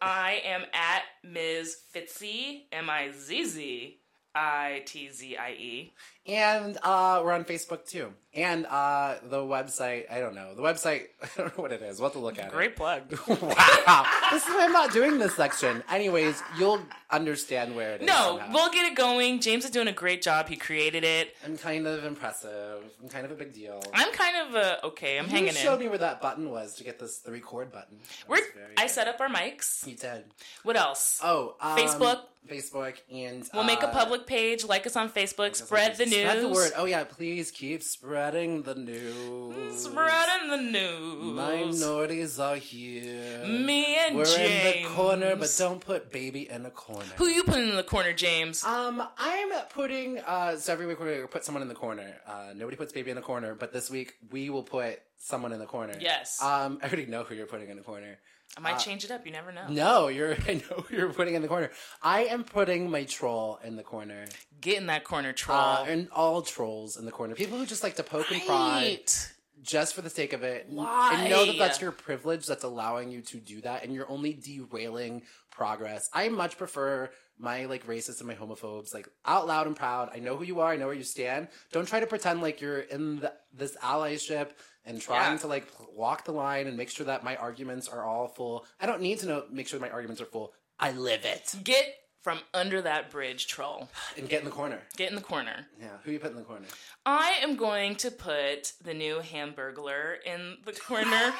B: I am at Ms. Fitzy, M I Z Z I T Z I E.
A: And uh, we're on Facebook too. And uh, the website, I don't know. The website, I don't know what it is. We'll have to look at it.
B: Great plug.
A: wow. This is why I'm not doing this section. Anyways, you'll understand where it is.
B: No,
A: somehow.
B: we'll get it going. James is doing a great job. He created it.
A: I'm kind of impressive. I'm kind of a big deal.
B: I'm kind of uh, okay. I'm
A: you
B: hanging
A: showed
B: in.
A: me where that button was to get this the record button. That
B: We're,
A: was very
B: I
A: good.
B: set up our mics.
A: You did.
B: What else?
A: Oh, um,
B: Facebook.
A: Facebook, and
B: We'll make a
A: uh,
B: public page. Like us on Facebook. Spread the news.
A: Spread the word. Oh yeah, please keep spreading the news.
B: Spreading the news.
A: Minorities are here.
B: Me and
A: We're
B: James.
A: in the corner, but don't put baby in a corner.
B: Who you putting in the corner, James?
A: Um, I'm putting uh so every week we put someone in the corner. Uh nobody puts baby in the corner, but this week we will put someone in the corner.
B: Yes.
A: Um I already know who you're putting in the corner.
B: I might change it up. You never know.
A: No, you're I know who you're putting in the corner. I am putting my troll in the corner.
B: Get in that corner, troll.
A: Uh, and all trolls in the corner. People who just like to poke and pry
B: Right.
A: just for the sake of it.
B: Why?
A: And know that that's your privilege that's allowing you to do that, and you're only derailing progress. I much prefer my like racists and my homophobes like out loud and proud. I know who you are. I know where you stand. Don't try to pretend like you're in the, this allyship and trying
B: Yeah.
A: to like walk the line and make sure that my arguments are all full. I don't need to know make sure my arguments are full. I live it
B: Get from under that bridge, troll.
A: and get in the corner.
B: Get in the corner.
A: Yeah, who you put in the corner?
B: I am going to put the new Hamburglar in the corner.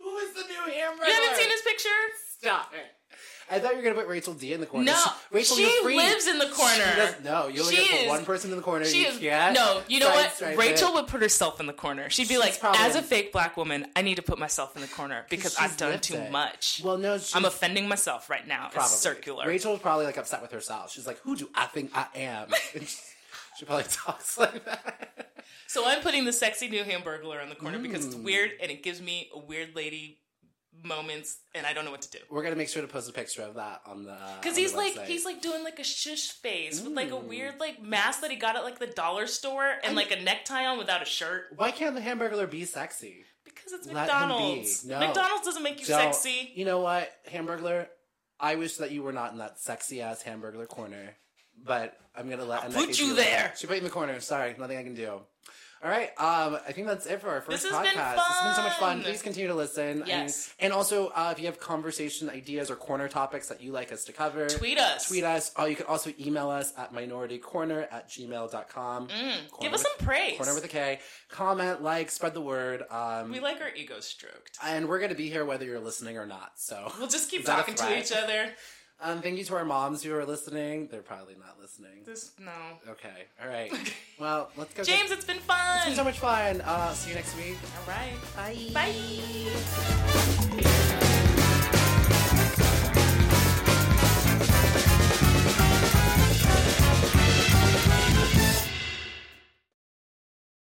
A: Who is the new hamburger?
B: you haven't seen his picture?
A: Stop it. I thought you were gonna put Rachel D in the corner.
B: No,
A: Rachel,
B: she
A: you're free.
B: lives in the corner.
A: She does, no, you only
B: She
A: get to put
B: is-
A: one person in the corner.
B: She
A: you
B: is
A: can't
B: no. You know what?
A: sideswipe
B: Rachel
A: it.
B: would put herself in the corner. She'd be
A: She's
B: like,
A: probably-
B: as a fake black woman, I need to put myself in the corner because
A: she's
B: I've done
A: lived
B: too
A: it.
B: much.
A: Well, no, she's
B: I'm offending myself right now.
A: probably.
B: It's circular.
A: Rachel's probably like upset with herself. She's like, "Who do I think I am?" And she, she probably talks like that.
B: So I'm putting the sexy new Hamburglar on the corner because
A: Mm.
B: it's weird and it gives me weird lady moments, and I don't know what to do.
A: We're gonna make sure to post a picture of that on the Mm.
B: Because he's like he's like doing like a shush face with like a weird like mask that he got at like the dollar store and like a necktie on without a shirt.
A: Why can't the hamburger be sexy?
B: Because it's
A: Let him be.
B: McDonald's.
A: No.
B: McDonald's doesn't make you
A: Don't-
B: sexy.
A: You know what, Hamburglar? I wish that you were not in that sexy ass hamburger corner, but I'm gonna let
B: I'll
A: Anneke
B: put you
A: do it.
B: there.
A: She put you in the corner. Sorry, nothing I can do. All right, um, I think that's it for our first
B: This has
A: podcast.
B: been
A: It's been so much fun.
B: fun.
A: Please continue to listen.
B: Yes.
A: and, and also uh, if you have conversation ideas or corner topics that you like us to cover,
B: Tweet us.
A: Tweet us. Oh, you can also email us at minoritycorner at gmail.com.
B: Mm,
A: Corner
B: give us
A: with-
B: some praise.
A: Corner with a K. Comment, like, spread the word. Um,
B: we like our ego stroked.
A: and we're going to be here whether you're listening or not. So,
B: We'll just keep
A: Is that a
B: talking to
A: threat?
B: each other.
A: um, thank you to our moms who are listening. They're probably not listening.
B: This no.
A: Okay. All right. Well, let's go.
B: James, it's been fun.
A: it's been so much fun. Uh, see you next week.
B: All right.
A: Bye.
B: Bye.